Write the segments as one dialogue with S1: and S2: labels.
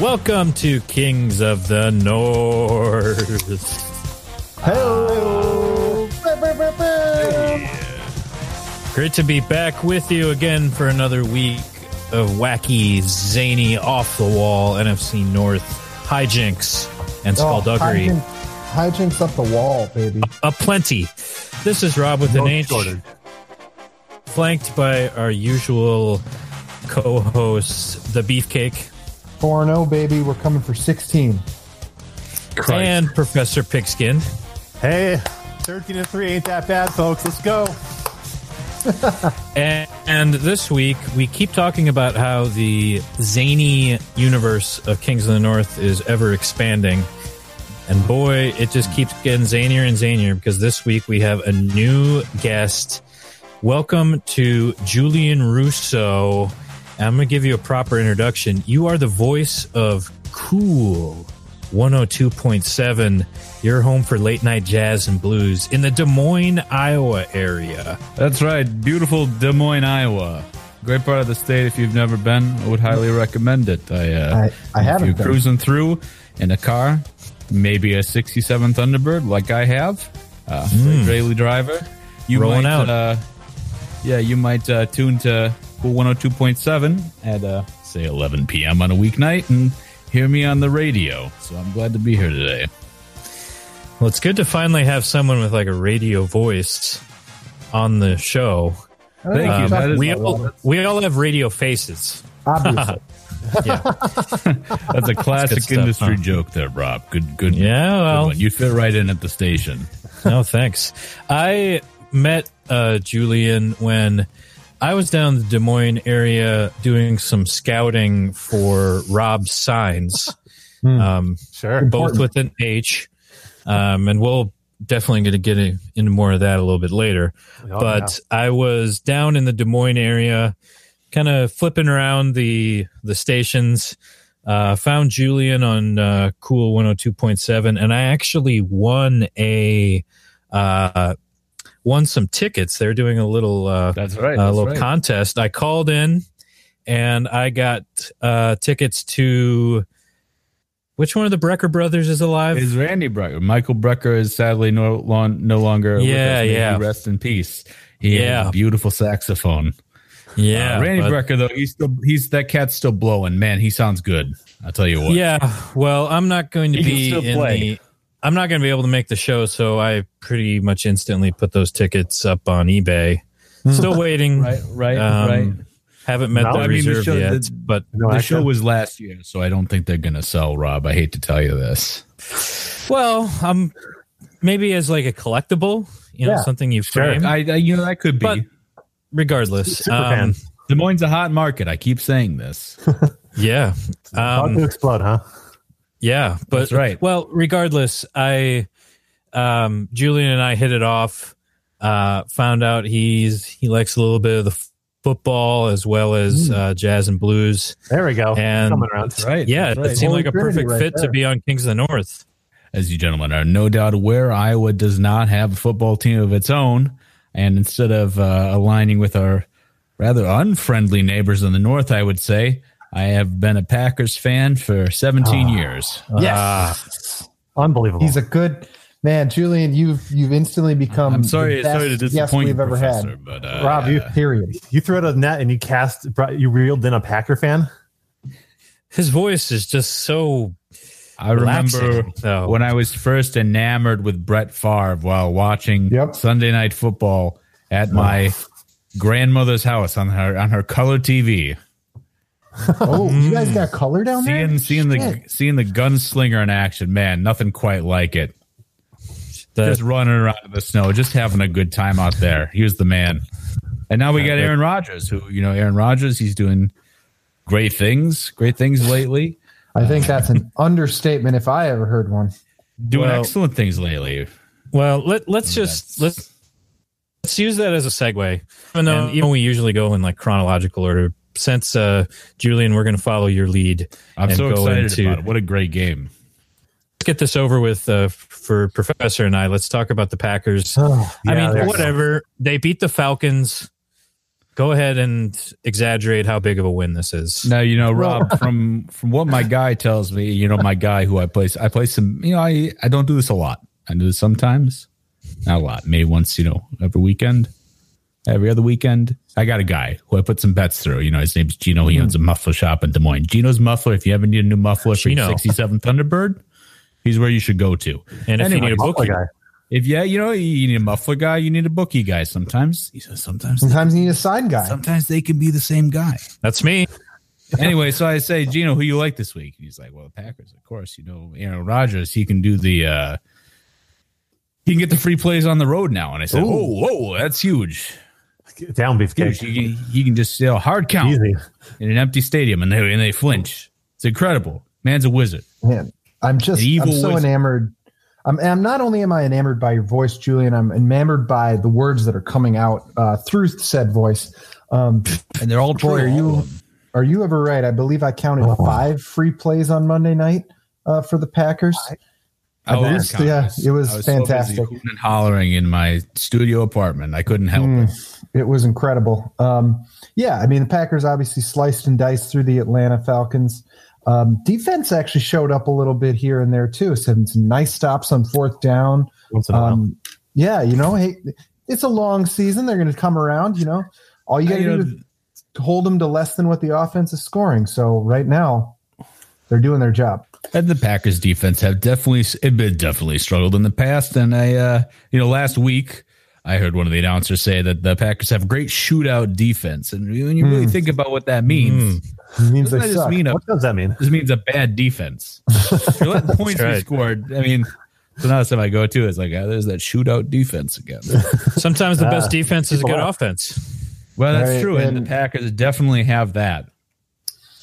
S1: Welcome to Kings of the North.
S2: Hello.
S1: Great to be back with you again for another week of wacky, zany, off the wall NFC North hijinks and skullduggery.
S2: Oh, hijinks, hijinks up the wall, baby.
S1: a plenty. This is Rob with an
S3: No
S1: H,
S3: shortage.
S1: flanked by our usual co-host, the Beefcake,
S2: 4 0, oh, baby. We're coming for 16.
S3: Christ.
S1: and Professor Pigskin.
S3: hey, 13 to 3 ain't that bad, folks. Let's go.
S1: And, and this week, we keep talking about how the zany universe of Kings of the North is ever expanding. And boy, it just keeps getting zanier and zanier because this week we have a new guest. Welcome to Julian Russo. And I'm going to give you a proper introduction. You are the voice of Cool 102.7, your home for late night jazz and blues in the Des Moines, Iowa area.
S4: That's right. Beautiful Des Moines, Iowa. Great part of the state. If you've never been, I would highly recommend it. I, uh,
S2: I- I haven't
S4: If
S2: been.
S4: you're cruising through in a car, maybe a 67 Thunderbird like I have, uh, for a daily driver, you
S1: Rolling
S4: might,
S1: out.
S4: Uh, yeah, you might uh, tune to oh Cool 102.7 at, uh, say, 11 p.m. on a weeknight and hear me on the radio. So I'm glad to be here today.
S1: Well, it's good to finally have someone with like a radio voice on the show.
S2: I don't
S4: Thank
S2: know
S4: you.
S2: what
S4: That
S2: you're
S4: is-
S1: We
S2: talking about,
S1: all, we all have radio faces.
S2: Rob.
S4: Um,
S2: Obviously.
S4: That's a classic
S1: stuff,
S4: industry
S1: huh?
S4: joke there, Rob. Good, good.
S1: Yeah,
S4: good
S1: well.
S4: one. you fit right in at the station.
S1: no thanks. I met uh, Julian when I was down in the Des Moines area doing some scouting for Rob Signs,
S4: Hmm.
S1: um,
S3: Sure.
S1: both with an H. Um, and we'll definitely going to get in- into more of that a little bit later.
S3: Oh,
S1: but I was down in the Des Moines area, kind of flipping around the the stations. Uh, found Julian on uh, Cool 102.7, and I actually won a uh, won some tickets. They're doing a little uh,
S4: That's right.
S1: a
S4: that's
S1: little
S4: right.
S1: contest. I called in and I got uh, tickets to which one of the Brecker brothers is alive?
S4: is Randy Brecker. Michael Brecker is sadly no, lon- no
S1: Yeah,
S4: longer with us. May
S1: yeah.
S4: he Rest in peace. He yeah.
S1: Yeah.
S4: a beautiful saxophone.
S1: yeah,
S4: Uh, Randy
S1: but-
S4: Brecker though, he's still he's that cat's still blowing. Man, he sounds good. I'll tell you what.
S1: Yeah. Well, I'm not going to
S4: You can
S1: be
S4: still
S1: in
S4: play.
S1: the. I'm not going to be able to make the show, so I pretty much instantly put those tickets up on eBay. Still waiting.
S4: Right, right,
S1: Um,
S4: right.
S1: Haven't met
S3: No,
S1: the
S3: I
S4: mean, the
S1: reserve
S4: show-
S1: yet,
S4: the-
S1: but
S3: No,
S4: the
S3: I
S4: show
S3: can-
S4: was last year, so I don't think they're gonna sell, Rob. I hate to tell you this.
S1: well, um, maybe as like a collectible, you know,
S2: Yeah.
S1: something you
S3: Sure.
S1: frame.
S4: I, I you know that could be.
S1: But- Regardless,
S3: Super
S1: um,
S3: fan.
S4: Des Moines is a hot market. I keep saying this.
S1: yeah,
S3: About
S1: um,
S3: to explode, huh?
S1: yeah, but
S4: That's right.
S1: Well, regardless, I, um, Julian and I hit it off. Uh, found out he's he likes a little bit of the f- football as well as uh, jazz and blues.
S3: There we go.
S1: And-
S3: coming around.
S4: That's Hmm. right.
S1: Yeah,
S4: that's right.
S1: it seemed
S2: Holy
S1: like a
S2: Trinity
S1: perfect
S2: right
S1: fit to
S2: there.
S1: be on Kings of the North.
S4: as you gentlemen are no doubt aware, Iowa does not have a football team of its own. And instead of uh, aligning with our rather unfriendly neighbors in the north, I would say, I have been a Packers fan for 17
S2: Ah.
S4: years. uh,
S3: Yes. Unbelievable.
S2: He's a good man, Julian. You've you've instantly become.
S4: I'm sorry,
S2: the best
S4: sorry to disappoint
S2: guest we've
S4: you,
S2: ever
S4: Professor,
S2: had.
S4: but uh,
S3: Rob, you-
S2: Period.
S3: you threw out a net and you cast, brought, you reeled in a Packer fan.
S1: His voice is just so
S4: I remember
S1: relaxing, though.
S4: when I was first enamored with Brett Favre while watching
S2: Yep.
S4: Sunday Night Football at my grandmother's house on her on her color TV.
S2: Oh, you guys got color
S1: Oh,
S2: down there?
S4: Mm-hmm. Seeing seeing the
S2: Shit.
S4: seeing the gunslinger in action, man, nothing quite like it.
S1: that
S4: just running around in the snow, just having a good time out there. He was the man. And now we got Aaron Rodgers, who you know, Aaron Rodgers, he's doing great things, great things lately,
S2: I think that's an understatement if I ever heard one.
S4: doing
S1: Well-
S4: excellent things lately.
S1: well, let let's just
S4: Mm, that's-
S1: let's let's use that as a segue. Even though even though we usually go in like chronological order, since uh, Julian, we're going to follow your lead.
S4: I'm
S1: and
S4: so
S1: go
S4: excited
S1: into-
S4: about it. What a great game!
S1: let's get this over with uh, f- for Professor and I. Let's talk about the Packers.
S2: Oh,
S1: I
S3: Yeah,
S1: mean,
S3: there's-
S1: whatever. They beat the Falcons. go ahead and exaggerate how big of a win this is.
S4: Now you know, Rob, from from what my guy tells me, you know, my guy who I place, I play some. You know, I I don't do this a lot. I do this sometimes, not a lot. Maybe once, you know, every weekend, every other weekend. I got a guy who I put some bets through. You know, his name's Gino. He
S1: Hmm.
S4: owns a muffler shop in Des Moines. Gino's muffler. If you ever need a new muffler for your
S1: Gino.
S4: sixty-seven Thunderbird, he's where you should go to.
S1: And if you need a
S4: Anyway,
S1: book,
S3: guy.
S4: if yeah, you know, you need a muffler guy, you need a bookie guy. Sometimes, sometimes,
S1: Hmm.
S2: Sometimes you need a side guy.
S4: sometimes they can be the same guy
S1: that's me.
S4: anyway, so I say, Gino, who you like this week? And he's like, Well, the Packers, of course. You know, Aaron Rodgers, he can do the uh he can get the free plays on the road now. And I said, Whoa, whoa, that's huge.
S3: Down beef
S4: Huge.
S3: cake.
S4: He can, he can just you know, hard count
S3: Easy.
S4: in an empty stadium and they and they flinch. It's incredible. Man's a wizard.
S2: Man, I'm just
S4: An evil
S2: I'm so
S4: wizard.
S2: enamored. I'm, I'm not only am I enamored by your voice, Julian. I'm enamored by the words that are coming out uh, through said voice. Um,
S4: And they're all true.
S2: Boy, are you
S4: Um,
S2: are you ever right? I believe I counted five free plays on Monday night uh, for the Packers.
S4: I
S2: I
S4: was-
S2: believe- yeah, it was
S4: I so busy
S2: fantastic.
S4: hooting and hollering in my studio apartment. I couldn't help
S2: Hmm.
S4: it.
S2: It was incredible. Um, yeah, I mean the Packers obviously sliced and diced through the Atlanta Falcons. Um, defense actually showed up a little bit here and there too. It's having some nice stops on fourth down.
S3: Once in a while.
S2: Um, yeah, you know, hey, it's a long season. They're going to come around. You know, all you got to
S4: You
S2: do
S1: uh,
S4: know,
S2: is hold them to less than what the offense is scoring. So right now, they're doing their job.
S4: And the Packers defense have definitely it been definitely struggled in the past. And I, uh, you know, last week I heard one of the announcers say that the Packers have great shootout defense. And when you
S2: Hmm.
S4: really think about what that means,
S2: It means
S4: doesn't
S2: they
S4: that
S2: suck.
S4: just mean a,
S3: What does that mean?
S4: this means a bad defense. If You're letting points be
S1: right.
S4: scored. I mean, so now time I go to is like, oh, there's that shootout defense again.
S1: Sometimes the
S2: Ah,
S1: best defense is a good
S3: people-
S1: offense.
S4: Well, that's
S2: Right,
S4: true, and,
S2: and-
S4: the Packers definitely have that.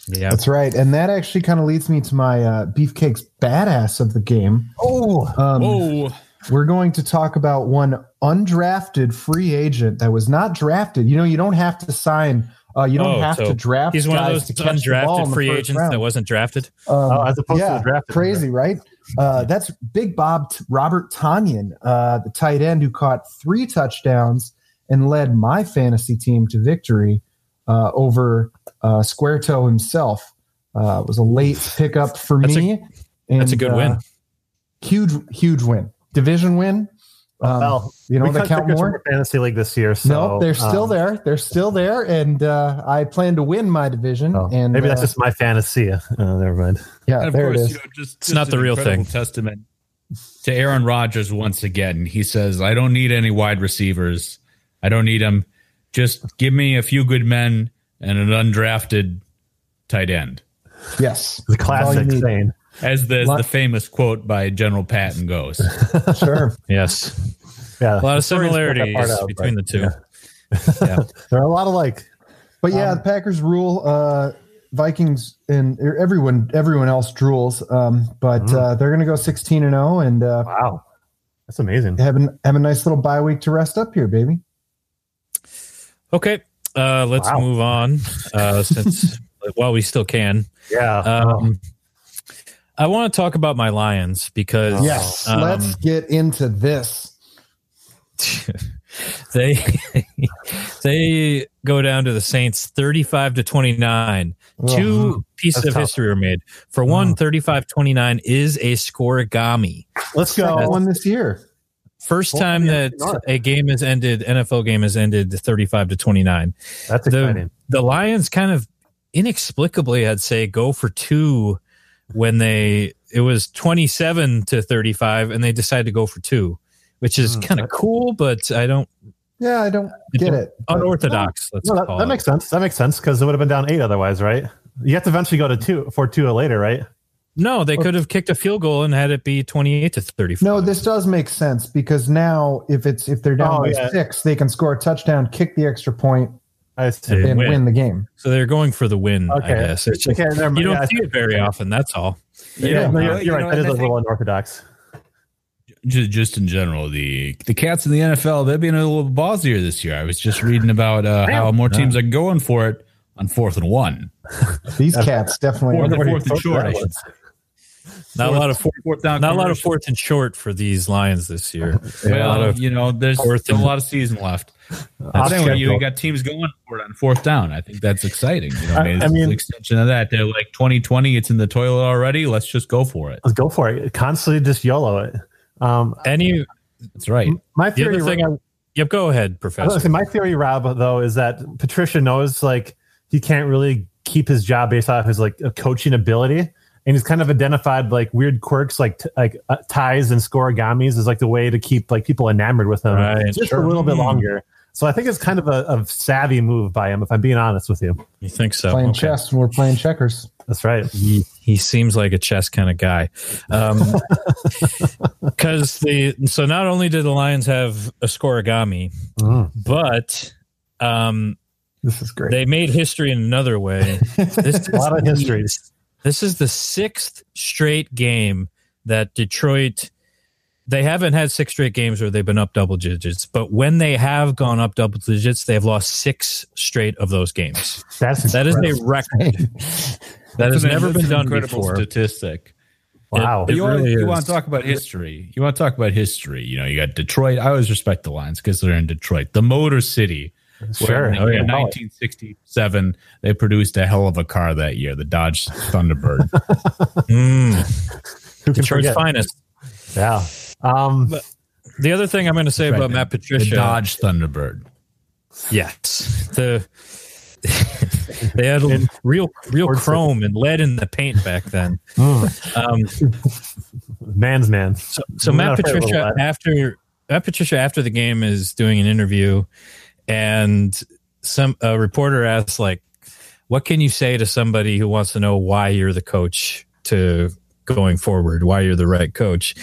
S1: Yeah.
S2: That's right, and that actually kind of leads me to my uh, beefcakes badass of the game.
S3: Oh,
S2: Um,
S4: Whoa,
S2: We're going to talk about one undrafted free agent that was not drafted. You know, you don't have to sign. Uh, you don't
S1: Oh,
S2: have
S1: so
S2: to draft.
S1: He's one of
S2: guys
S1: those
S2: to catch the ball in
S1: undrafted
S2: the
S1: free
S2: first
S1: agents
S2: round.
S1: that wasn't drafted.
S2: Um,
S3: Oh, as opposed to a drafted
S2: Crazy, right? Uh, that's Big Bob T- Robert Tanyan, uh, the tight end who caught three touchdowns and led my fantasy team to victory uh, over uh, Square Toe himself. Uh, it was a late pickup for
S1: That's a-
S2: me. uh,
S1: that's a good win.
S2: Huge, huge win. Division win. Um,
S3: well,
S2: you know
S3: we
S2: they
S3: cut
S2: count
S3: tickets
S2: more.
S3: from the fantasy league this year. So,
S2: no, they're still
S3: um,
S2: there. They're still there, and uh, I plan to win my division.
S3: oh,
S2: and
S3: maybe that's
S2: uh,
S3: just my fantasy. Uh, never mind.
S2: yeah.
S4: And of
S2: There
S4: course,
S2: it is.
S4: you know, just
S1: It's not the real thing.
S4: Testament to Aaron Rodgers once again. He says, "I don't need any wide receivers. I don't need them. Just give me a few good men and an undrafted tight end."
S2: yes,
S3: The
S2: That's all you
S3: classic
S2: need.
S3: saying.
S4: As the, as
S2: Lot-
S4: the famous quote by General Patton goes,
S2: Sure,
S1: Yes. A lot
S3: Yeah, The
S1: of
S3: stories cut that
S1: similarities
S3: part out,
S1: between the
S3: but,
S1: two.
S3: yeah. There are a lot alike.
S2: but yeah,
S3: Um,
S2: the Packers rule. Uh, Vikings and er, everyone, everyone else drools. Um, but
S3: Mhm.
S2: uh, they're going to go sixteen and zero, and uh,
S3: Wow, that's amazing.
S2: have an, have a nice little bye week to rest up here, baby.
S1: Okay. Uh, let's
S3: Wow.
S1: move on uh, since while we still can.
S3: Yeah.
S1: Um,
S2: Oh.
S1: I want to talk about my Lions because
S2: Yes,
S1: um,
S2: let's get into this.
S1: they they go down to the Saints 35 to 29.
S2: Ugh.
S1: Two pieces
S3: Mm-hmm. That's
S1: of
S3: tough. Mm.
S1: history were made. For one, 35 29 is a scoregami.
S3: Let's go.
S2: Second one this year.
S1: First
S3: Well,
S1: time
S3: yeah,
S1: that
S3: not.
S1: a game has ended, NFL game has ended 35 to 29.
S3: That's
S1: the-
S3: exciting.
S1: the Lions kind of inexplicably, I'd say, go for two when they it was twenty seven to thirty five, and they decided to go for two, which
S3: Mm.
S1: is kind of cool, but I don't
S2: Yeah, I don't
S1: It
S2: get
S1: don't-
S2: it.
S1: unorthodox. Let's
S3: No, that,
S1: call
S3: that
S1: it.
S3: makes sense. That makes sense because it would have been down eight otherwise, right? You have to eventually go to two for two later, right?
S1: no, they could have kicked a field goal and had it be twenty eight to thirty five.
S2: No, this does make sense because now if it's if they're down
S3: Oh,
S2: by
S3: yeah.
S2: six, they can score a touchdown, kick the extra point,
S3: I see.
S1: Yeah.
S2: and
S1: win.
S2: win, the game.
S1: so they're going for the win.
S3: Okay.
S1: I guess It's just-
S3: Okay, never mind.
S1: you don't
S3: Yeah, I
S1: see it very often. That's all.
S3: Yeah, no, you're,
S4: You
S3: you're right.
S4: know,
S3: That
S4: and
S3: is
S4: I
S3: a
S4: think-
S3: little unorthodox.
S4: just, just in general, the the cats in the NFL they're being a little ballsier this year. I was just reading about uh, how more teams are going for it on fourth and one,
S2: These cats definitely.
S4: fourth and,
S3: Everybody
S4: fourth and
S3: thought
S4: short.
S3: that
S4: I should
S3: was-
S4: say.
S1: Not a lot of fourth,
S4: Fourth down
S1: not a lot of
S4: conversion.
S1: fourth and short for these Lions this year. a lot
S4: Well,
S1: of-
S4: you know, there's
S1: fourth
S4: still a
S1: and-
S4: lot of season left.
S3: Off
S4: Same with you,
S3: schedule.
S4: you got teams going for it on fourth down. I think that's exciting. You know,
S3: I-
S4: maybe
S3: I
S4: it's an
S3: mean-
S4: extension of that. They're like 2020, it's in the toilet already. Let's just go for it.
S3: Let's go for it. Constantly just YOLO it. Um,
S1: Any
S4: That's right.
S3: my
S1: the
S3: theory,
S1: other thing? I, yep, go ahead,
S3: I was gonna
S1: Professor.
S3: say, my theory, Rob, though, is that Patricia knows like he can't really keep his job based off his like coaching ability, and he's kind of identified like weird quirks like t- like uh, ties and scoregamis is like the way to keep like people enamored with him
S1: Right,
S3: just
S1: sure.
S3: a little bit
S1: Hmm.
S3: longer. So I think it's kind of a, a savvy move by him, if I'm being honest with you.
S1: You think so?
S2: playing
S1: Okay.
S2: chess when we're playing checkers.
S3: That's right.
S1: he, he seems like a chess kind of guy. Because the so not only did the Lions have a scoregami,
S3: Mm.
S1: but um,
S2: This is great.
S1: they made history in another way. This is
S3: A lot of history.
S1: This is the sixth straight game that Detroit. They haven't had six straight games where they've been up double digits, but when they have gone up double digits, they've lost six straight of those games.
S3: That's
S1: That is a record that has
S4: That's an-
S1: never
S4: that's
S1: been
S4: an
S1: done
S4: incredible
S1: before.
S4: Statistic.
S3: wow.
S1: It- it-
S4: you want,
S1: really
S4: you
S1: is.
S4: want to talk about history. You want to talk about history. You know, you got Detroit. I always respect the Lions because they're in Detroit, the Motor City.
S3: Sure.
S4: in,
S3: Oh, yeah.
S4: in 1967, they produced a hell of a car that year, the Dodge Thunderbird.
S1: Mm,
S3: Who can
S1: Detroit's
S3: forget?
S1: finest.
S3: Yeah. Um,
S1: The other thing I'm going to say
S4: Right,
S1: about
S4: the-
S1: Matt
S4: the
S1: Patricia,
S4: Dodge Thunderbird.
S1: yes, the they had real real
S3: Ford City.
S1: chrome and lead in the paint back then.
S3: mm,
S1: Um,
S3: man's man.
S1: so, so
S3: I'm
S1: Matt
S3: not afraid of
S1: Patricia
S3: lead.
S1: after Matt Patricia after the game is doing an interview, and some a reporter asks like, "What can you say to somebody who wants to know why you're the coach to going forward? Why you're the right coach?"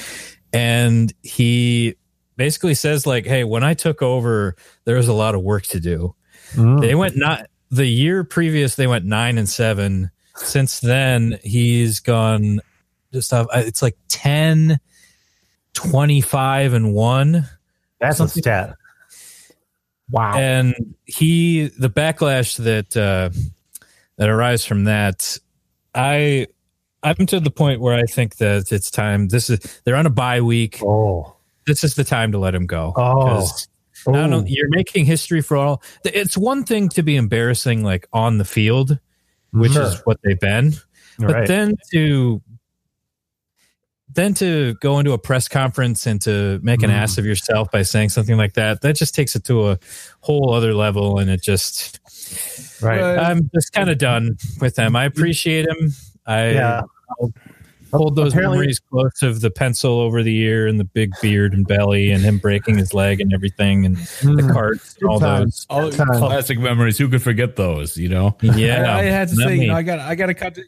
S1: And he basically says like, "Hey, when I took over, there was a lot of work to do."
S3: Mm.
S1: They went not the year previous. They went nine and seven. Since then, he's gone just off. It's like 10, 25 and one.
S3: That's a stat.
S2: wow.
S1: And he, the backlash that, uh, that arises from that, I, I'm to the point where I think that it's time. This is, they're on a bye week.
S3: Oh.
S1: This is the time to let him go.
S3: Oh.
S1: 'Cause I don't know. You're making history for all. It's one thing to be embarrassing, like on the field, which
S3: Sure.
S1: is what they've been,
S3: Ooh.
S1: but then to then to go into a press conference and to make an
S3: Mm.
S1: ass of yourself by saying something like that, that just takes it to a whole other level. And it just,
S3: right.
S4: Right.
S1: I'm just kind of done with them. I appreciate him. I
S3: Yeah.
S1: hold those
S3: Apparently-
S1: memories close of the pencil over the ear and the big beard and belly and him breaking his leg and everything and the
S2: Mm.
S1: carts and all those.
S2: times.
S4: All
S2: Time.
S4: classic memories. Who could forget those? You know.
S1: Yeah,
S4: I, I had to
S1: not
S4: say,
S1: me.
S4: you know, I got, I got to cut,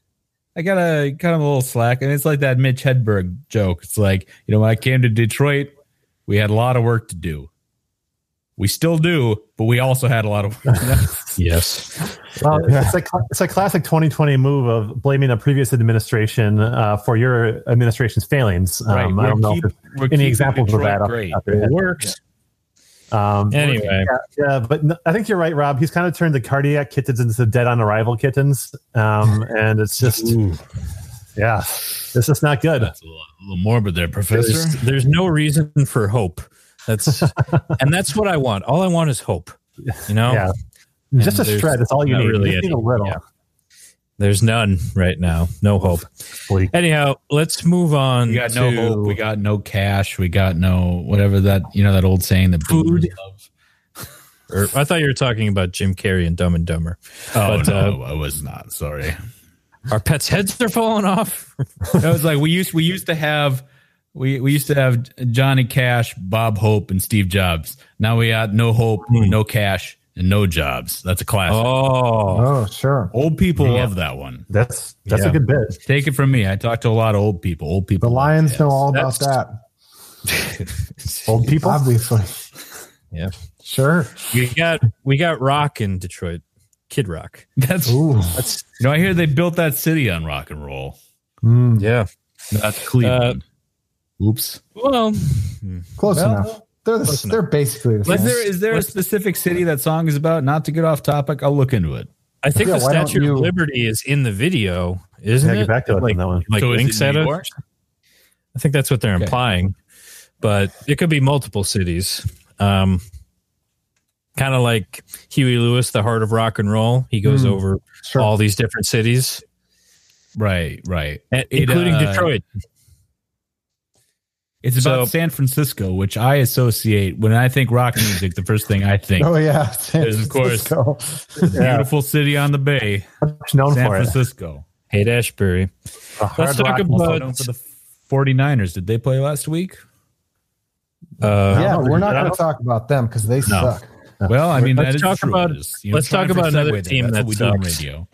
S4: I got to cut him a little slack, and it's like that Mitch Hedberg joke. It's like, you know, when I came to Detroit, we had a lot of work to do. We still do, but we also had a lot of work.
S1: yes,
S3: Well, it's like it's a classic 2020 move of blaming a previous administration uh, for your administration's failings. Um,
S4: Right.
S3: I
S4: We're
S3: don't know
S4: keep-
S3: if
S4: we're
S3: there's any
S4: keeping
S3: examples of
S4: Detroit
S3: that. off the
S4: Great.
S3: top of your
S1: it
S3: head.
S1: works.
S3: Um,
S1: Anyway,
S3: yeah, but n- I think you're right, Rob. He's kind of turned the cardiac kittens into dead on arrival kittens, um, and it's just yeah, it's just not good.
S4: That's a little, a little morbid there, Professor.
S1: there's, there's no reason for hope. That's and that's what I want. All I want is hope. You know,
S3: Yeah. just a
S1: there's
S3: shred. That's all you
S1: not
S3: need.
S1: really
S3: Just need
S1: any-
S3: a little.
S1: yeah. there's none right now. No hope.
S3: Bleak.
S1: Anyhow, let's move on.
S4: We got no
S1: to-
S4: hope. We got no cash. We got no whatever that you know that old saying that
S1: Food.
S4: boomers love.
S1: or, I thought you were talking about Jim Carrey and Dumb and Dumber.
S4: Oh
S1: But, uh,
S4: no, I was not. Sorry.
S1: Our pets' heads are falling off.
S4: That was like we used we used to have we we used to have Johnny Cash, Bob Hope, and Steve Jobs. Now we got no hope, no cash, and no jobs. That's a classic.
S1: Oh,
S2: oh, sure.
S4: Old people
S1: Yeah.
S4: love that one.
S3: That's that's
S1: Yeah.
S3: a good bit.
S4: Take it from me. I talk to a lot of old people. Old people.
S2: The
S4: love
S2: Lions
S4: that.
S2: know all about
S1: That's-
S2: that,
S3: Old people.
S2: obviously.
S1: Yeah.
S2: Sure.
S1: we got we got Rock in Detroit, Kid Rock.
S4: That's you
S2: Ooh.
S1: That's
S4: know. I hear they built that city on rock and roll.
S2: Mm.
S1: yeah.
S4: That's Cleveland. Oops.
S1: Uh, Well,
S2: Close
S4: Well,
S2: enough. They're the,
S1: close enough.
S2: they're basically the
S4: Is
S2: same.
S4: there is there a specific city that song is about? Not to get off topic, I'll look into it.
S1: I think
S2: Yeah,
S1: the
S2: why don't
S1: Statue
S2: you-
S1: of Liberty is in the video, isn't
S3: Yeah,
S1: it?
S3: get back to us
S1: like,
S3: on that one.
S1: Like
S4: So is it
S1: winks at
S4: New
S1: us.
S4: York?
S1: I think that's what they're
S4: Okay.
S1: implying, but it could be multiple cities. Um, kind of like Huey Lewis, the Heart of Rock and Roll. He goes
S2: Hmm.
S1: over
S2: Sure.
S1: all these different cities,
S4: Right, right.
S1: a-
S4: It,
S1: including
S4: uh,
S1: Detroit.
S4: It's
S1: So-
S4: about San Francisco, which I associate when I think rock music. The first thing I think,
S2: oh yeah, San
S4: There's, of course,
S2: Francisco.
S4: beautiful city on the bay,
S3: Much known
S4: San
S3: for it.
S4: Francisco.
S1: Hate Ashbury.
S3: A
S1: Let's
S3: hard
S1: talk
S3: rock
S4: Also
S1: about
S4: known for the 49ers. Did they play last week?
S1: uh,
S2: yeah,
S3: don't
S2: we're
S3: think
S2: not
S3: that-
S2: going to talk about them because they suck.
S4: Well, I mean,
S1: Let's
S4: that is
S1: talk
S4: true.
S1: about-
S4: It is, you know,
S1: let's
S4: trying
S1: talk
S4: to
S1: about
S4: segue
S1: another
S4: there.
S1: team
S4: That's
S1: that
S4: what we do on
S1: sucks.
S4: radio.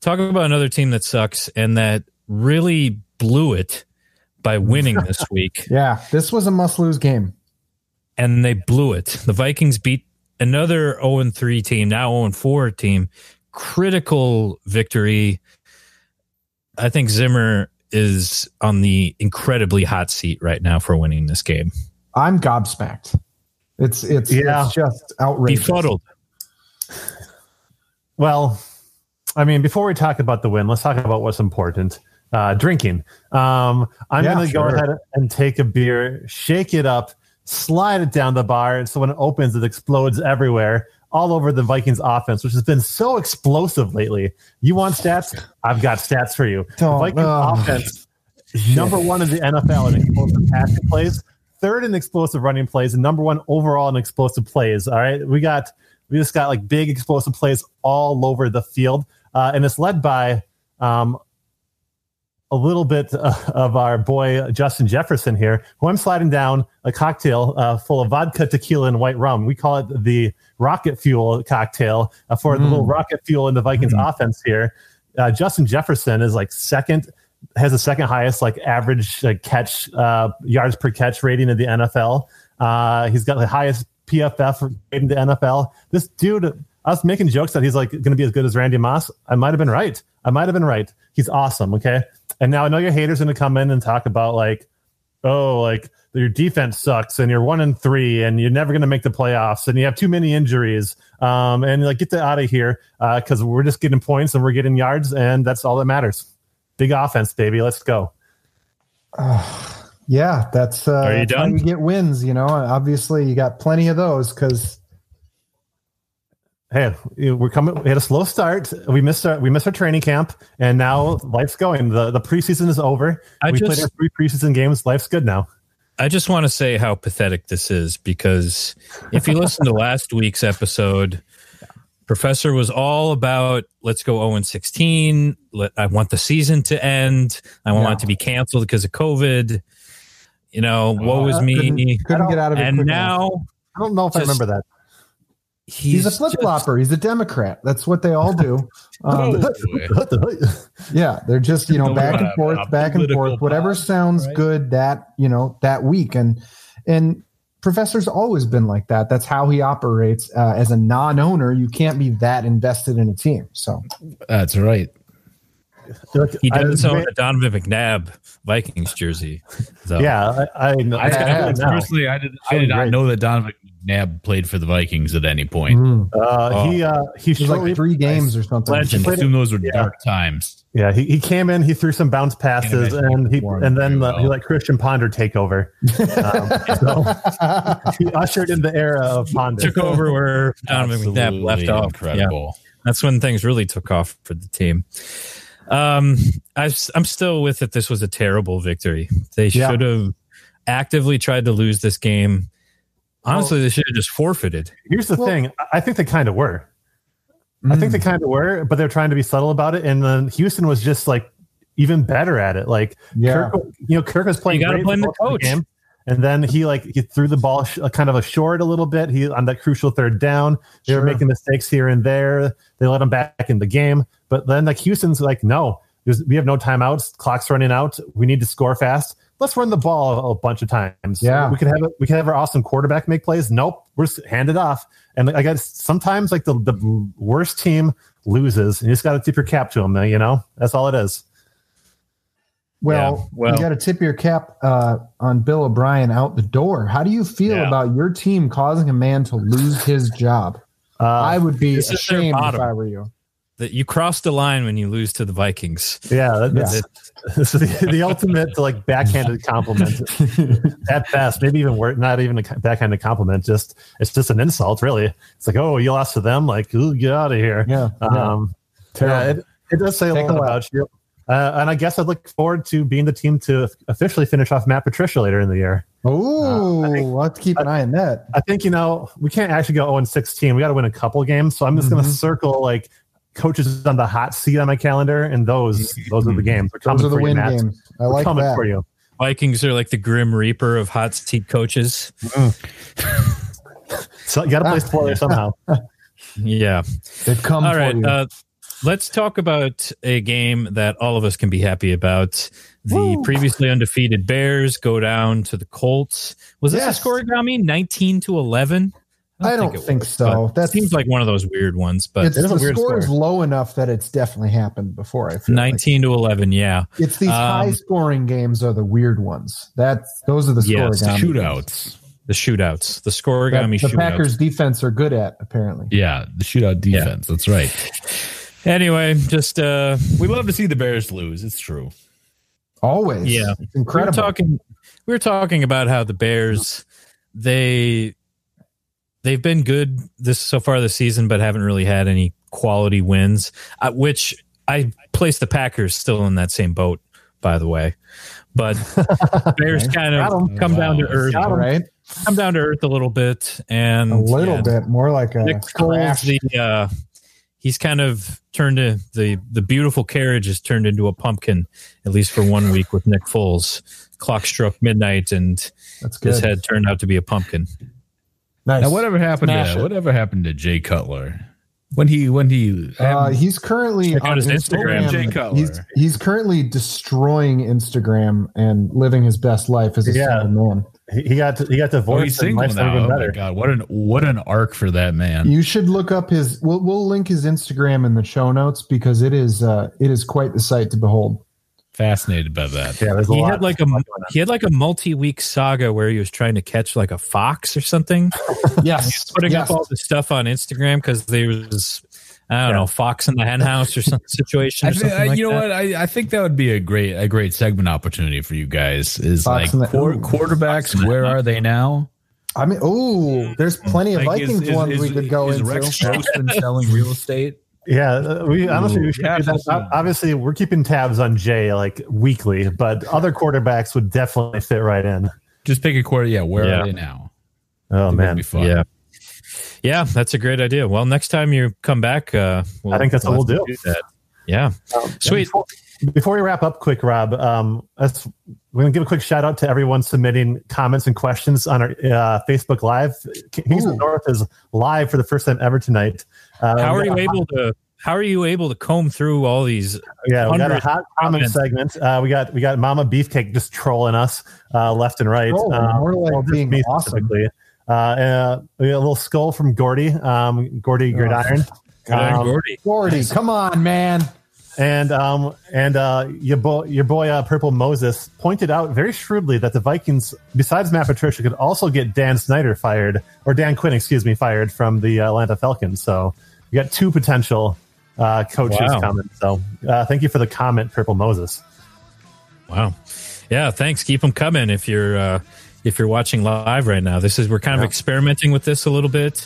S1: talk about another team that sucks and that really blew it by winning this week.
S2: Yeah, this was a must-lose game.
S1: And they blew it. The Vikings beat another 0 3 team, now 0 4 team. Critical victory. I think Zimmer is on the incredibly hot seat right now for winning this game.
S2: I'm gobsmacked. It's it's,
S3: Yeah.
S2: it's just outrageous.
S1: Befuddled.
S3: Well, I mean, before we talk about the win, let's talk about what's important. Uh, drinking. Um, I'm
S2: Yeah,
S3: going to
S2: sure.
S3: go ahead and take a beer, shake it up, slide it down the bar, and so when it opens, it explodes everywhere, all over the Vikings' offense, which has been so explosive lately. You want stats? I've got stats for you. The
S2: Don't-
S3: Vikings'
S2: oh.
S3: offense, number one in the NFL in explosive passing plays, third in explosive running plays, and number one overall in explosive plays. All right, we got we just got like big explosive plays all over the field, uh, and it's led by um, a little bit uh, of our boy Justin Jefferson here, who I'm sliding down a cocktail uh, full of vodka, tequila, and white rum. We call it the rocket fuel cocktail uh, for the little rocket fuel in the Vikings offense here. Uh, Justin Jefferson is like second, has the second highest like average like, catch uh, yards per catch rating in the NFL. Uh, he's got the highest PFF grade in the NFL. This dude, us making jokes that he's like going to be as good as Randy Moss. I might have been right. I might have been right. He's awesome. Okay. And now I know your haters going to come in and talk about like, oh, like your defense sucks and you're one and three and you're never going to make the playoffs and you have too many injuries. Um, and like get that out of here because we're just getting points and we're getting yards and that's all that matters. Big offense, baby. Let's go.
S2: Yeah, that's uh,
S1: Are you
S2: that's how
S1: done?
S2: You get wins, you know. and Obviously, you got plenty of those because
S3: hey, we're coming. We had a slow start. We missed our we missed our training camp, and now life's going. the The preseason is over.
S1: I
S3: we
S1: just-
S3: played our three preseason games. Life's good now.
S1: I just want to say how pathetic this is because if you listen to last week's episode, Professor was all about let's go 0 and 16. Let, I want the season to end. I want
S2: Yeah.
S1: it to be canceled because of COVID. You know, woe is me.
S2: Oh, couldn't, couldn't get out of it.
S1: And
S2: quick enough.
S1: now
S3: I don't know if I
S1: Just-
S3: remember that.
S2: he's, a flip flopper. He's a Democrat. That's what they all do. Um,
S3: What the-
S2: yeah, they're just you know
S4: No,
S2: back and
S4: uh,
S2: forth,
S4: uh,
S2: back and
S4: political
S2: forth. Whatever
S4: pod,
S2: sounds
S4: right?
S2: good that you know that week, and and professor's always been like that. That's how he operates uh, as a non-owner. You can't be that invested in a team. So
S4: That's right.
S3: Look,
S1: He
S3: I-
S1: doesn't own a Donovan McNabb Vikings jersey. So
S3: Yeah, I, I, know.
S4: I,
S3: I,
S4: I,
S3: I
S2: happens.
S3: know.
S4: personally, I did, I
S3: Showing
S4: did not
S3: great.
S4: know that Donovan McNabb played for the Vikings at any point.
S3: Uh, He uh, he
S2: there's
S3: shortly-
S2: mm, like three games or something.
S4: I just
S3: Played it-
S4: assume those were
S3: yeah.
S4: dark times.
S3: Yeah, he, he came in. He threw some bounce passes,
S4: imagine
S3: and he
S4: performed
S3: and then
S4: very
S3: uh, he
S4: well.
S3: let Christian Ponder take over. Um, so he ushered in the era of Ponder.
S1: Took over where Donovan McNabb left
S4: Absolutely
S1: off. Yeah.
S4: Incredible.
S1: That's when things really took off for the team. Um, I, I'm still with it. This was a terrible victory. They
S3: Yeah.
S1: should have actively tried to lose this game. Honestly, they should have just forfeited.
S3: Here's the
S2: Well-
S3: thing. I- I think they kind of were. I think
S2: Mm,
S3: they kind of were, but they're trying to be subtle about it. And then Houston was just like even better at it. Like
S2: Yeah.
S3: Kirk, you know, Kirk was playing.
S1: You gotta
S3: great
S1: blame the
S3: most of
S1: coach.
S3: and then he like he threw the ball sh- kind of a short a little bit. He on that crucial third down. They were
S2: Sure.
S3: making mistakes here and there. They let him back in the game. But then like Houston's like, no, there's, we have no timeouts. Clock's running out. We need to score fast. Let's run the ball a bunch of times.
S2: Yeah.
S3: we could have a, we could have our awesome quarterback make plays. Nope, we're just hand it off. And I guess sometimes like the, the worst team loses, and you just got to tip your cap to them. You know, that's all it is.
S1: Yeah,
S2: Well,
S1: well-
S2: you got to tip your cap uh, on Bill O'Brien out the door. How do you feel
S1: Yeah.
S2: about your team causing a man to lose his job?
S3: Uh,
S2: I would be
S1: This is their
S2: ashamed if
S1: bottom.
S2: I were you.
S1: that you cross the line when you lose to the Vikings.
S3: Yeah, that, that's This is the, the ultimate like backhanded compliment at best, maybe even worse. Not even a co- backhanded compliment. Just it's just an insult, really. It's like, oh, you lost to them. Like, ooh, get out of here.
S2: Yeah. yeah.
S3: Um, yeah,
S2: Terrible.
S3: it, it does say a
S2: Take
S3: lot
S2: a
S3: about you. Uh, and I guess I look forward to being the team to officially finish off Matt Patricia later in the year.
S2: Oh,
S3: Uh, I
S2: we'll have to keep an eye on that.
S3: I think you know we can't actually go 0 16. We got to win a couple games. So I'm just going
S2: Mhm.
S3: to circle like coaches on the hot seat on my calendar, and those those are the games. We're
S2: Mm-hmm. Those
S3: coming
S2: are the
S3: for you,
S2: win
S3: Matt.
S2: games. I
S3: We're
S2: like
S3: coming for
S2: that.
S3: you.
S1: Vikings are like the grim reaper of hot seat coaches.
S3: So you got to play spoiler somehow.
S1: Yeah.
S2: They've come
S1: All
S2: for
S1: right.
S2: you.
S1: Uh, let's talk about a game that all of us can be happy about. The previously undefeated Bears go down to the Colts. Was this
S2: Yes.
S1: a score, Gami? 19 to 11?
S2: I don't think so.
S1: but
S2: That's-
S1: That seems like one of those weird ones, but
S2: it's, the
S3: a
S2: score,
S3: weird score.
S2: is low enough that it's definitely happened before. I feel like.
S1: 19 to 11. Yeah.
S2: It's these
S1: Um,
S2: high scoring games are the weird ones. That's those are the
S1: Yeah,
S2: scoring
S1: it's the
S2: games
S4: Shootouts.
S1: The shootouts, the scoregami
S2: that the
S1: shootouts.
S2: Packers defense are good at apparently.
S4: Yeah, the shootout defense. That's right.
S1: Anyway, just uh,
S4: We love to see the Bears lose. It's true.
S2: Always,
S1: Yeah.
S2: it's incredible.
S1: We were talking, we were talking about how the Bears they they've been good this so far this season, but haven't really had any quality wins. Uh, which I place the Packers still in that same boat, by the way. But Bears kind
S2: Got
S1: of
S4: 'em.
S1: come down to
S4: Wow.
S1: earth,
S2: All right,
S1: come down to earth a little bit, and
S2: a little
S1: yeah,
S2: bit more like a
S1: Nick Foles,
S2: crash.
S1: the uh, he's kind of turned to the the beautiful carriage has turned into a pumpkin at least for one week with Nick Foles. Clock struck midnight and
S2: That's
S1: his
S2: good.
S1: head turned out to be a pumpkin.
S2: Nice.
S4: Now, whatever happened
S2: Smash
S4: to
S2: it.
S4: whatever happened to Jay Cutler when he when he
S2: Uh, he's currently
S1: Check out his Instagram.
S4: Jay Cutler.
S2: He's, he's currently destroying Instagram and living his best life as a
S3: Yeah.
S2: single man.
S3: He he got he got
S4: oh,
S3: divorced.
S4: he's
S3: and
S4: single
S3: life's never
S4: now.
S3: been
S4: Oh my
S3: better.
S4: god, what an what an arc for that man.
S2: You should look up his. We'll, we'll link his Instagram in the show notes because it is uh, it is quite the sight to behold.
S4: Fascinated by that.
S3: Yeah, there's a
S1: He
S3: lot.
S1: had like a
S3: going on.
S1: he had like a multi week saga where he was trying to catch like a fox or something,
S2: Yes,
S1: putting
S2: yes.
S1: up all the stuff on Instagram because there was I don't
S3: Yeah.
S1: know fox in the henhouse or some situation. Or
S4: I think,
S1: something
S4: I,
S1: like
S4: you know
S1: that.
S4: what? I, I think that would be a great a great segment opportunity for you guys. Is
S2: Fox in the-
S4: like quar-
S2: ooh.
S4: quarterbacks. Where are they now?
S2: I mean, oh, there's plenty of
S4: Like, is-
S2: Vikings
S4: is-
S2: ones
S4: is-
S2: we could go
S4: is
S2: into.
S4: Rex Grossman selling real estate?
S3: Yeah, uh, we honestly we should
S4: Yeah,
S3: do that.
S4: that's-
S3: Ob- Obviously, we're keeping tabs on Jay like weekly, but other quarterbacks would definitely fit right in.
S4: Just pick a quarter. Yeah, where
S1: Yeah.
S4: are they now?
S3: Oh
S4: That'd
S3: man,
S4: be fun.
S1: Yeah. Yeah, that's a great idea. Well, next time you come back, uh, we'll,
S3: I think that's what we'll do.
S1: that. Yeah.
S3: Um,
S1: Sweet.
S3: Before, before we wrap up, quick Rob, um, us we're gonna give a quick shout out to everyone submitting comments and questions on our uh, Facebook Live. Kings of
S2: Ooh.
S3: the North is live for the first time ever tonight. Uh,
S1: How
S3: we
S1: are
S3: got
S1: you
S3: a hot-
S1: able to? How are you able to comb through all these?
S3: Yeah, we got a
S1: hundred
S3: hot comment segment. Uh, we got we got Mama Beefcake just trolling us uh, left and right.
S2: Trolling,
S3: Um,
S2: more like
S3: well, just
S2: being
S3: me
S2: awesome.
S3: specifically. Uh, uh, we got a little skull from Gordy, um, Gordy Gridiron, Um,
S1: Gordy.
S2: Oh. Gordy, come on, man.
S3: and um, and uh, your boy, your boy uh, Purple Moses pointed out very shrewdly that the Vikings, besides Matt Patricia, could also get Dan Snyder fired or Dan Quinn, excuse me, fired from the Atlanta Falcons. So we got two potential uh, coaches
S1: Wow.
S3: coming. So uh, thank you for the comment, Purple Moses.
S1: Wow. Yeah. Thanks. Keep them coming. If you're uh, if you're watching live right now, this is we're kind of experimenting with this a little bit.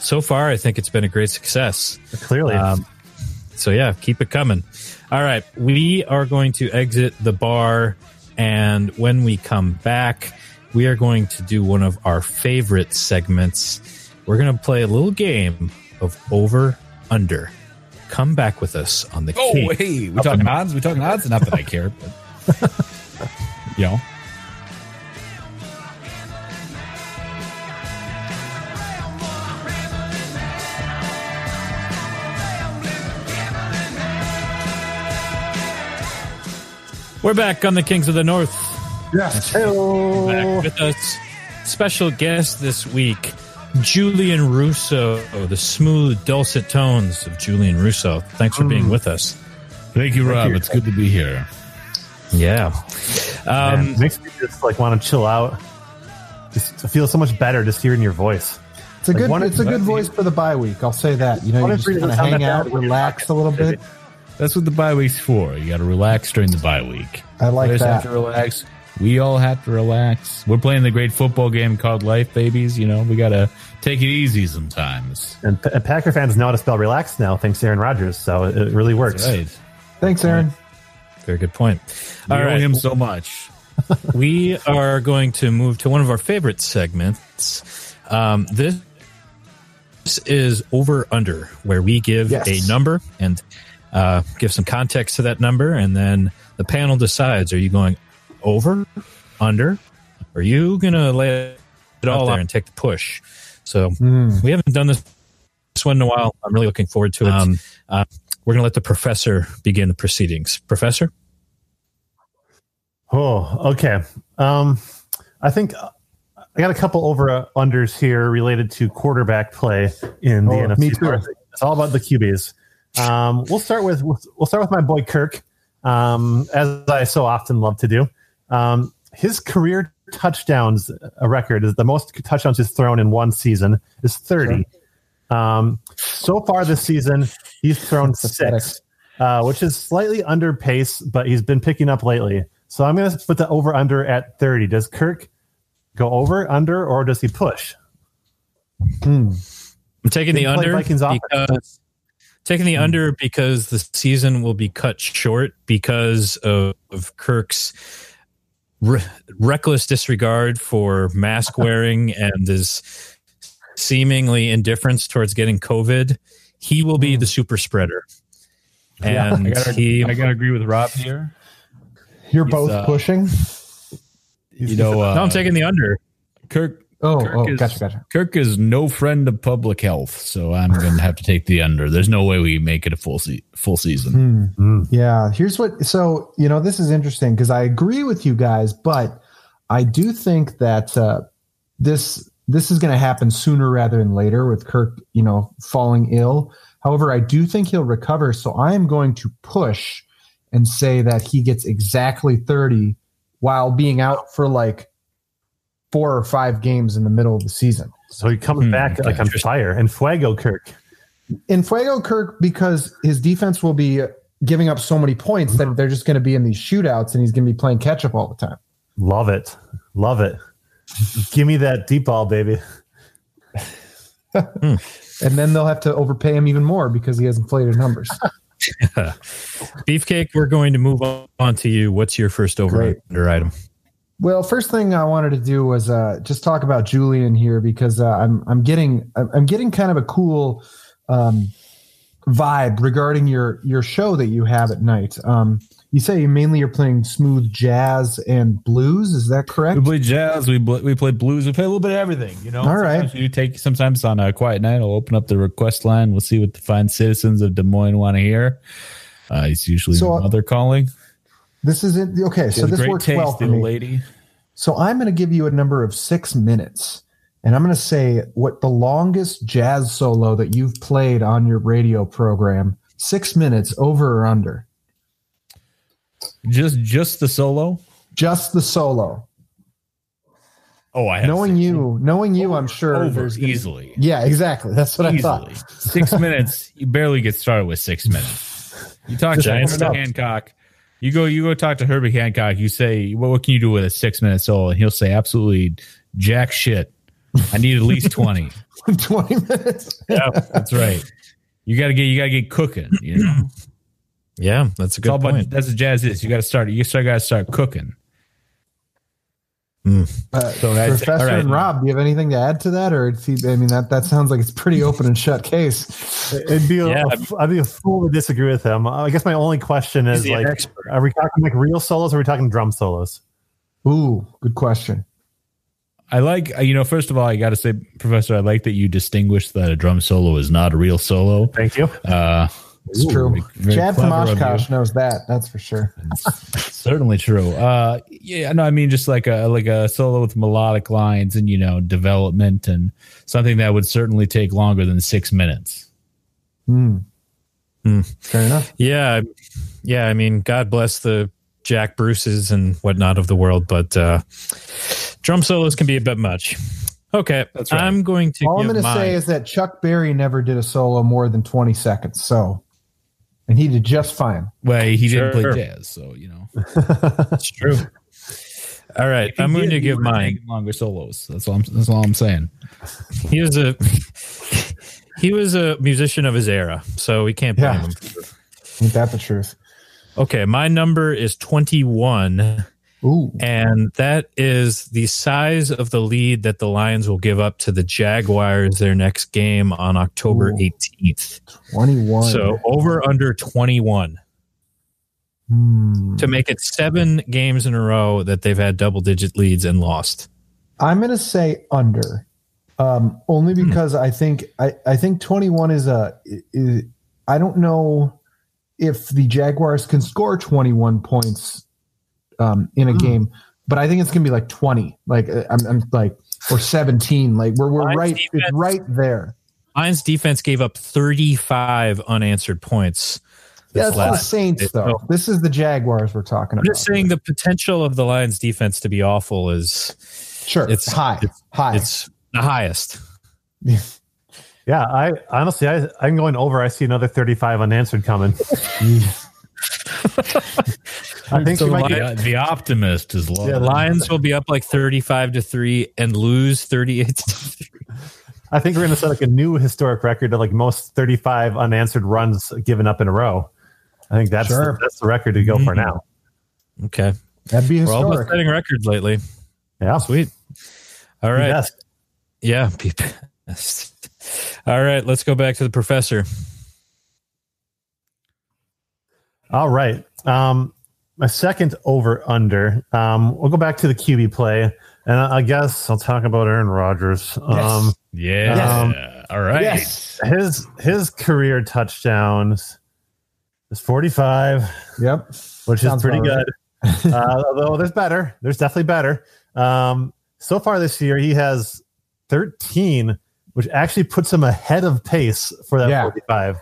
S1: So far, I think it's been a great success.
S3: Clearly.
S1: Um, so yeah, keep it coming. All right, we are going to exit the bar, and when we come back, we are going to do one of our favorite segments. We're going to play a little game of over under. Come back with us on the
S4: Oh,
S1: King.
S4: hey, we talking odds? We talking odds? Not that I care, but you know.
S1: We're back on the Kings of the North.
S2: Yes.
S1: back with us. Special guest this week, Julian Russo, the smooth, dulcet tones of Julian Russo. Thanks for being with us.
S4: Thank you, Rob. It's good to be here.
S1: Yeah. Um,
S3: Man, it makes me just like want to chill out. Just feel so much better just hearing your voice.
S2: It's a
S3: Like,
S2: good.
S3: one-
S2: it's a good voice for the bye week. I'll say that. You know,
S3: One
S2: you
S3: of
S2: just
S3: the
S2: kind of
S3: reasons I'm
S2: hang
S3: not
S2: out,
S3: bad with
S2: relax a little bit.
S4: That's what the bye week's for. You got to relax during the bye week.
S2: I like
S4: Players
S2: that.
S4: have to relax. We all have to relax. We're playing the great football game called life, babies. You know, we got to take it easy sometimes.
S3: And P- Packer fans know how to spell relax now, thanks to Aaron Rodgers. So it, it really works.
S4: That's right.
S2: Thanks, Aaron.
S1: Very good point.
S4: We
S1: All
S4: owe
S1: right.
S4: him so much.
S1: we are going to move to one of our favorite segments. Um, this is over under, where we give
S2: Yes.
S1: a number and uh, give some context to that number, and then the panel decides: Are you going over, under? Are you going to lay it all out there and take the push? So we haven't done this this one in a while. I'm really looking forward to it. Um, uh, we're going to let the professor begin the proceedings. Professor,
S3: Oh, okay. Um, I think uh, I got a couple over uh, unders here related to quarterback play in the
S2: Oh,
S3: NFC.
S2: me too.
S3: North. It's all about the QBs. Um, we'll start with we'll start with my boy Kirk, um, as I so often love to do. Um, his career touchdowns uh record is the most touchdowns he's thrown in one season is thirty. Um, so far this season, he's thrown
S2: Pathetic.
S3: six, uh, which is slightly under pace, but he's been picking up lately. So I'm going to put the over under at 30. Does Kirk go over, under, or does he push?
S2: Hmm.
S1: I'm taking the
S3: Didn't play
S1: under
S3: Vikings offense.
S1: because taking the under because the season will be cut short because of, of Kirk's re- reckless disregard for mask wearing and his seemingly indifference towards getting COVID. He will be the super spreader,
S3: Yeah.
S1: and
S4: I got
S1: he
S4: to agree with Rob here.
S2: You're
S4: He's,
S2: both
S4: uh,
S2: pushing.
S4: You know, uh,
S1: no, I'm taking the under.
S4: Kirk.
S2: Oh,
S4: Kirk
S2: oh,
S4: is-
S2: gotcha, gotcha.
S4: Kirk is no friend of public health, so I'm going to have to take the under. There's no way we make it a full se- full season.
S2: Hmm.
S3: Mm.
S2: Yeah, here's what. So you know, this is interesting because I agree with you guys, but I do think that uh, this this is going to happen sooner rather than later with Kirk, you know, falling ill. However, I do think he'll recover, so I am going to push and say that he gets exactly 30 while being out for like four or five games in the middle of the season.
S3: So he comes
S4: Hmm,
S3: back
S4: okay,
S3: like on fire. And Fuego Kirk.
S2: in Fuego Kirk because his defense will be giving up so many points
S4: Mm-hmm.
S2: that they're just going to be in these shootouts and he's going to be playing catch up all the time.
S3: Love it. Love it. Give me that deep ball, baby.
S2: And then they'll have to overpay him even more because he has inflated numbers.
S1: Beefcake, we're going to move on to you. What's your first over
S2: Great.
S1: under item?
S2: well, first thing I wanted to do was uh, just talk about Julian here because uh, I'm I'm getting I'm I'm getting kind of a cool um, vibe regarding your your show that you have at night. Um, you say you mainly you're playing smooth jazz and blues. Is that correct?
S4: We play jazz. We bl- we play blues. We play a little bit of everything. You know.
S2: All right.
S4: Sometimes You take sometimes on a quiet night. I'll open up the request line. We'll see what the fine citizens of Des Moines want to hear. Uh, it's usually
S2: So,
S4: my
S2: uh,
S4: mother calling.
S2: This is it. Okay,
S4: She
S2: so
S4: has
S2: this
S4: great
S2: works
S4: taste,
S2: well for
S4: little
S2: me.
S4: lady.
S2: So I'm going to give you a number of six minutes, and I'm going to say what the longest jazz solo that you've played on your radio program. Six minutes, over or under?
S4: Just just the solo.
S2: Just the solo.
S4: Oh, I have
S2: knowing you, knowing you, I'm sure.
S4: over
S2: there's gonna-
S4: easily.
S2: Yeah, exactly. That's what I
S4: Easily
S2: thought.
S4: six minutes. You barely get started with six minutes. You talk to
S1: Giants
S4: Herbie
S1: stuff.
S4: Hancock. You go. You go talk to Herbie Hancock. You say, "What, what can you do with a six minute solo?" And he'll say, "Absolutely jack shit. I need at least 20.
S2: Twenty minutes.
S4: That's right. You got to get. You got to get cooking. You know, it's
S1: Yeah, that's a good
S4: all
S1: point.
S4: about, that's what jazz is. You got to start. You start. Got to start cooking.
S2: Uh,
S4: So that's-
S2: Professor
S4: all right.
S2: and Rob, do you have anything to add to that, or see, I mean, that that sounds like it's pretty open and shut case.
S3: It'd be a,
S1: Yeah.
S3: I'd be a fool to disagree with him. I guess my only question is
S1: the
S3: like,
S1: expert.
S3: are we talking like real solos or are we talking drum solos?
S2: Ooh, good question.
S4: I like. You know, first of all, I got to say, Professor, I like that you distinguish that a drum solo is not a real solo.
S3: Thank you.
S4: Uh,
S2: It's
S4: Ooh,
S2: true.
S4: very- very
S2: Chad from
S4: clever of you.
S2: Oshkosh knows that. That's for sure.
S4: certainly true. Uh, yeah, no, I mean just like a like a solo with melodic lines and you know development and something that would certainly take longer than six minutes.
S2: Hmm.
S1: Hmm.
S2: Fair enough.
S1: Yeah, yeah. I mean, God bless the Jack Bruces and whatnot of the world, but uh, drum solos can be a bit much. Okay,
S4: That's right.
S1: I'm going to.
S2: All I'm
S1: give
S2: going to
S1: mine.
S2: say is that Chuck Berry never did a solo more than 20 seconds. So, and he did just fine.
S4: Well, he
S1: Sure.
S4: didn't play jazz, so you know.
S1: It's true. All right,
S4: If he
S1: I'm going to
S4: did, he
S1: give
S4: would've
S1: mine.
S4: taken longer solos. That's all. I'm, that's all I'm saying.
S1: He was a he was a musician of his era, so we can't blame
S2: Yeah.
S1: him.
S2: Ain't that the truth?
S1: Okay, my number is 21,
S2: Ooh.
S1: and that is the size of the lead that the Lions will give up to the Jaguars their next game on October
S2: Ooh.
S1: 18th.
S2: 21.
S1: So oh, over under 21
S2: Hmm.
S1: to make it seven games in a row that they've had double digit leads and lost.
S2: I'm going to say under, um, only
S1: Hmm.
S2: because I think I, I think 21 is a. Is, I don't know if the Jaguars can score 21 points um, in
S1: Hmm.
S2: a game, but I think it's going to be like 20, like uh, I'm, I'm like or 17, like we're we're
S1: Lions
S2: right it's
S1: defense.
S2: right there.
S1: Lions defense gave up 35 unanswered points. this
S2: Yeah, that's the
S1: last-
S2: Saints
S1: it-
S2: though.
S1: oh.
S2: This is the Jaguars we're talking
S1: I'm
S2: about.
S1: just saying the potential of the Lions defense to be awful is
S2: sure, it's
S1: it's-
S2: high,
S1: it's-
S2: high.
S1: it's the highest.
S3: Yeah, I honestly, I, I'm going over. I see another 35 unanswered coming. I think
S4: So
S3: she
S4: the,
S3: might get,
S4: li- the optimist is low.
S3: Yeah,
S1: The Lions will be up like 35 to 3 and lose 38 to 3.
S3: I think we're going to set like a new historic record of like most 35 unanswered runs given up in a row. I think that's
S2: Sure.
S3: that's the record to go for
S1: Mm-hmm.
S3: now.
S1: Okay.
S2: That'd be
S1: We're all about
S2: historic.
S1: setting records lately.
S3: Yeah,
S1: Sweet. All right.
S3: Yes.
S1: Yeah. Be best. All right. Let's go back to the professor.
S3: All right. Um, my second over under. Um, we'll go back to the QB play, and I, I guess I'll talk about Aaron Rodgers. Um,
S4: Yeah. Um, All right.
S2: Yes.
S3: his his career touchdowns is 45,
S2: Yep.
S3: which
S2: Sounds
S3: is pretty
S2: about
S3: good. uh, although there's better. There's definitely better. Um, so far this year, he has 13, which actually puts him ahead of pace for that
S2: Yeah.
S3: 45.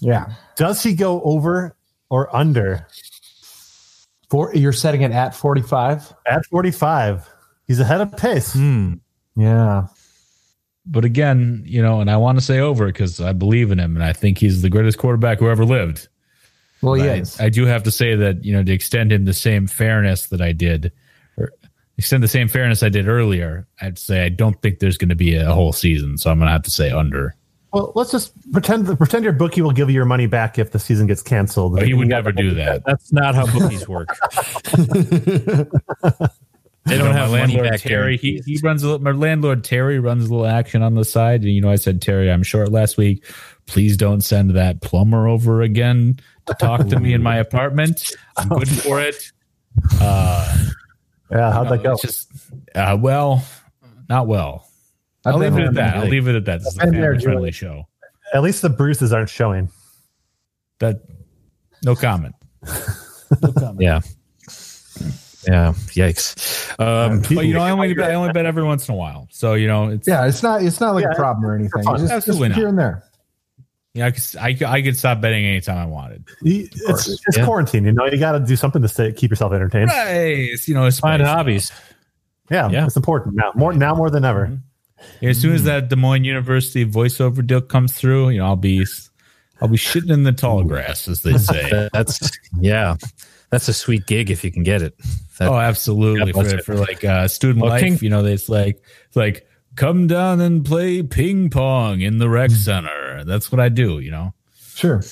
S2: Yeah.
S3: Does he go over or under?
S2: Four, you're setting it at 45.
S3: At 45, he's ahead of pace.
S1: Hmm.
S2: Yeah.
S4: But again, you know, and I want to say over because I believe in him and I think he's the greatest quarterback who ever lived.
S2: Well,
S4: But I-
S2: yes.
S4: I, do have to say that, you know, to extend him the same fairness that I did, or extend the same fairness I did earlier, I'd say I don't think there's going to be a whole season. So I'm going to have to say under.
S3: Well, let's just pretend pretend your bookie will give you your money back if the season gets canceled.
S4: But he would never do that.
S1: That's not how bookies work. they don't
S4: You know,
S1: have
S4: my
S1: money
S4: landlord
S1: back
S4: Terry. He,
S1: guarantees.
S4: he runs a little. My landlord Terry runs a little action on the side. You know, I said Terry, I'm short last week. Please don't send that plumber over again to talk to me in my apartment. I'm good for it. Uh,
S3: Yeah, how'd that
S4: no,
S3: go?
S4: it's Just uh, well, not well.
S2: I've
S4: I'll leave
S2: been
S4: it at that.
S2: there.
S4: I'll leave it at that. This is a
S2: I've been there,
S4: family friendly
S2: Julie.
S4: show.
S3: At least the bruises aren't showing.
S4: That no comment.
S1: Yeah. Yeah. Yikes. Um,
S4: But you know, I only bet, I only bet every once in a while. So you know, it's
S2: Yeah, it's not it's not like
S3: Yeah,
S2: a problem or anything. It's just,
S4: Absolutely
S2: just here and there.
S4: yeah. I could, I, could- I could stop betting anytime I wanted.
S3: You- It's,
S1: course,
S3: it's
S1: yeah.
S3: quarantine, you know. You got to do something to stay, keep yourself entertained.
S4: Nice, you know, it's
S1: find
S4: spice.
S1: hobbies.
S3: Yeah,
S1: Yeah.
S3: it's important now more now more than ever.
S4: Yeah, as soon as that Des Moines University voiceover deal comes through, you know, I'll be I'll be shitting in the tall grass, as they say.
S1: Uh, That's, yeah. That's a sweet gig if you can get it. That-
S4: oh, absolutely.
S1: God bless
S4: For,
S1: it.
S4: for like uh, student
S1: Well,
S4: life,
S1: King-
S4: you know, it's like it's like come down and play ping pong in the rec center. That's what I do, you know.
S2: Sure.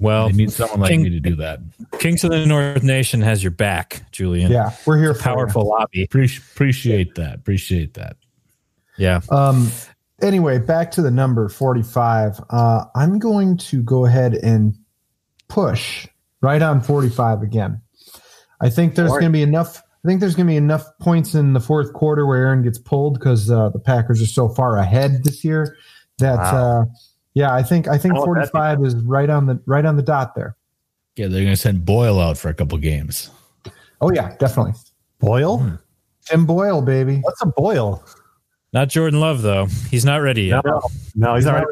S1: well,
S4: They need someone like
S1: King-
S4: me to do that.
S1: Kings of the North Nation has your back, Julian.
S2: Yeah. We're here for
S1: Powerful lobby.
S4: Appreci- appreciate that. Appreciate that.
S1: Yeah.
S2: you. Um anyway, back to the number 45. Uh I'm going to go ahead and push right on 45 again. I think there's
S3: Alright.
S2: going to be enough I think there's going to be enough points in the fourth quarter where Aaron gets pulled cuz uh, the Packers are so far ahead this year that
S3: Wow.
S2: uh yeah, I think I think
S3: How would that be?
S2: 45 is right on the right on the dot there.
S4: Yeah, they're gonna send Boyle out for a couple games.
S2: Oh yeah, definitely.
S3: Boil?
S4: Hmm.
S2: Tim Boyle, baby.
S3: What's a boil?
S1: Not Jordan Love, though. He's not ready yet.
S3: No, no, he's
S2: He's
S3: not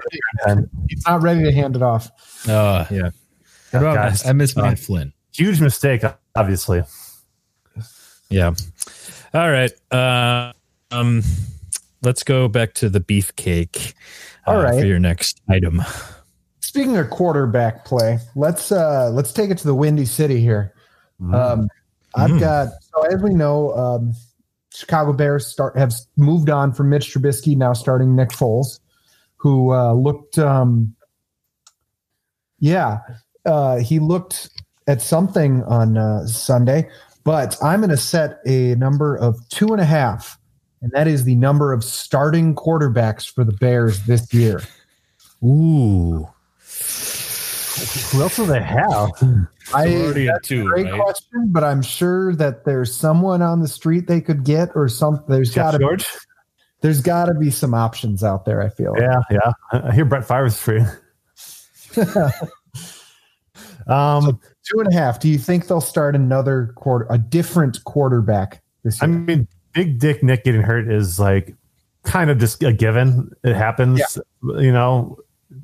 S3: ready.
S2: He's not ready to hand it off.
S4: Uh,
S1: Yeah.
S4: what about-
S3: Guys,
S4: I miss
S3: uh,
S4: Matt Flynn.
S3: Huge mistake, obviously.
S1: Yeah. All right. Uh, um, let's go back to the beefcake. uh,
S2: All right.
S1: for your next item.
S2: Speaking of quarterback play, let's uh, let's take it to the Windy City here.
S4: Hmm.
S2: Um, I've
S1: Mm.
S2: got so as we know, um, Chicago Bears start have moved on from Mitch Trubisky, now starting Nick Foles, who uh, looked, um, yeah, uh, he looked at something on uh, Sunday. But I'm going to set a number of two and a half, and that is the number of starting quarterbacks for the Bears this year.
S1: Ooh.
S3: Who else do they have?
S2: I,
S4: already at
S2: that's a
S4: two,
S2: great
S4: right?
S2: question, but I'm sure that there's someone on the street they could get or something. There's
S3: Jeff
S2: got to
S3: George?
S2: there's got to be some options out there. I feel.
S3: Yeah, yeah. I hear Brett Favre's free. um,
S2: Two and a half. Do you think they'll start another quarter, a different quarterback this
S3: I
S2: year?
S3: mean, Big Dick Nick getting hurt is like kind of just a given. It happens. You know,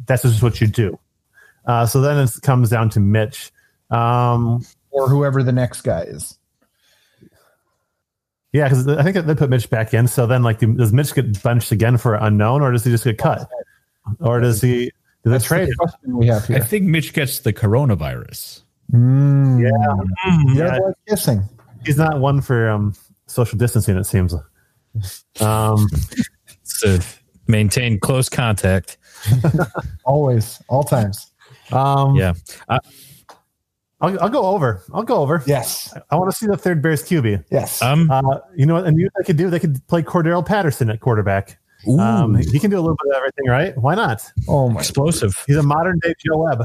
S3: that's just what you do. Uh, so then it comes down to Mitch. Um,
S2: or whoever the next guy is.
S3: yeah, because I think they put Mitch back in. So then, like, does Mitch get benched again for unknown, or does he just get cut, or does he? Does
S2: That's
S3: they trade?
S2: the question we have
S4: I
S2: here.
S4: think Mitch gets the coronavirus.
S2: Mm,
S3: Yeah.
S2: They're
S3: Yeah.
S2: both kissing.
S3: He's not one for um, social distancing. It seems. Um,
S1: To maintain close contact.
S2: Always, all times.
S3: um,
S1: Yeah.
S3: I'll, I'll go over. I'll go over.
S2: Yes,
S3: I want to see the third Bears QB.
S2: yes.
S1: Um,
S3: Uh, you know what? And you know what they could do? They could play Cordero Patterson at quarterback. Um, he can do a little bit of everything, right? Why not?
S2: oh my.
S1: explosive.
S3: He's a modern day Joe Webb.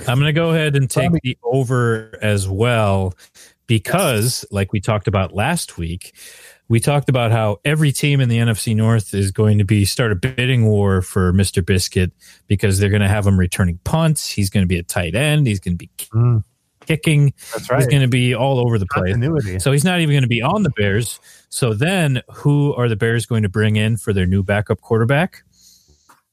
S1: I'm going to go ahead and take
S2: Probably-
S1: the over as well because, like we talked about last week, we talked about how every team in the NFC North is going to be start a bidding war for Mr. Biscuit because they're going to have him returning punts. He's going to be a tight end. He's going to be k-
S3: Mm,
S1: kicking.
S3: that's
S1: He's
S3: right.
S1: going to be all over the place.
S3: Continuity.
S1: So he's not even going to be on the Bears. So then, who are the Bears going to bring in for their new backup quarterback?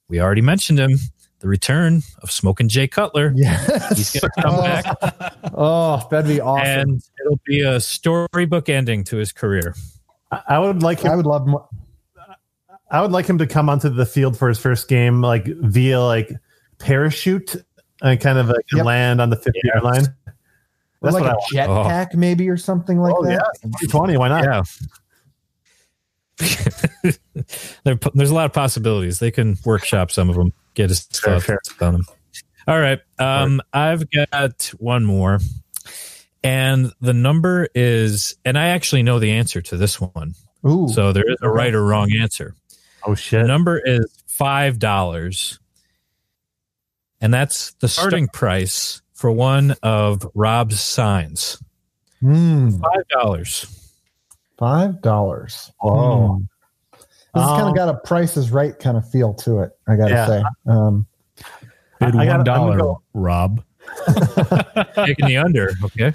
S1: We already mentioned him. The return of Smoking Jay Cutler. He's
S2: Yes.
S1: going to come
S2: Oh,
S1: back,
S2: Oh, that'd be awesome.
S1: and it'll be a storybook ending to his career.
S3: I I would like
S2: I
S3: him.
S2: would love more.
S3: I would like him to come onto the field for his first game, like via like parachute and kind of like
S2: Yep.
S3: land on the fifty yard line. That's
S2: like
S3: what I
S2: a
S3: want.
S2: jetpack, maybe, or something like
S3: Oh,
S2: that.
S3: Twenty. Why not?
S1: Yeah. there, there's a lot of possibilities. They can workshop some of them, get his
S3: Sure,
S1: stuff on them. All right. Um, I've got one more. And the number is, and I actually know the answer to this one.
S2: Ooh,
S1: So there is a right or wrong answer.
S3: Oh
S1: The
S3: shit.
S1: number is five dollars, and that's the starting price for one of Rob's signs.
S2: Mm,
S1: Five dollars.
S2: five dollars. Hmm.
S3: Whoa.
S2: This has kind
S3: Um,
S2: of got a Price is Right kind of feel to it. I gotta
S3: Yeah.
S2: say. Um,
S4: Bid
S3: I- I gotta-
S4: one
S3: I'm gonna
S4: dollar,
S3: go-
S4: Rob.
S1: Taking the under. Okay.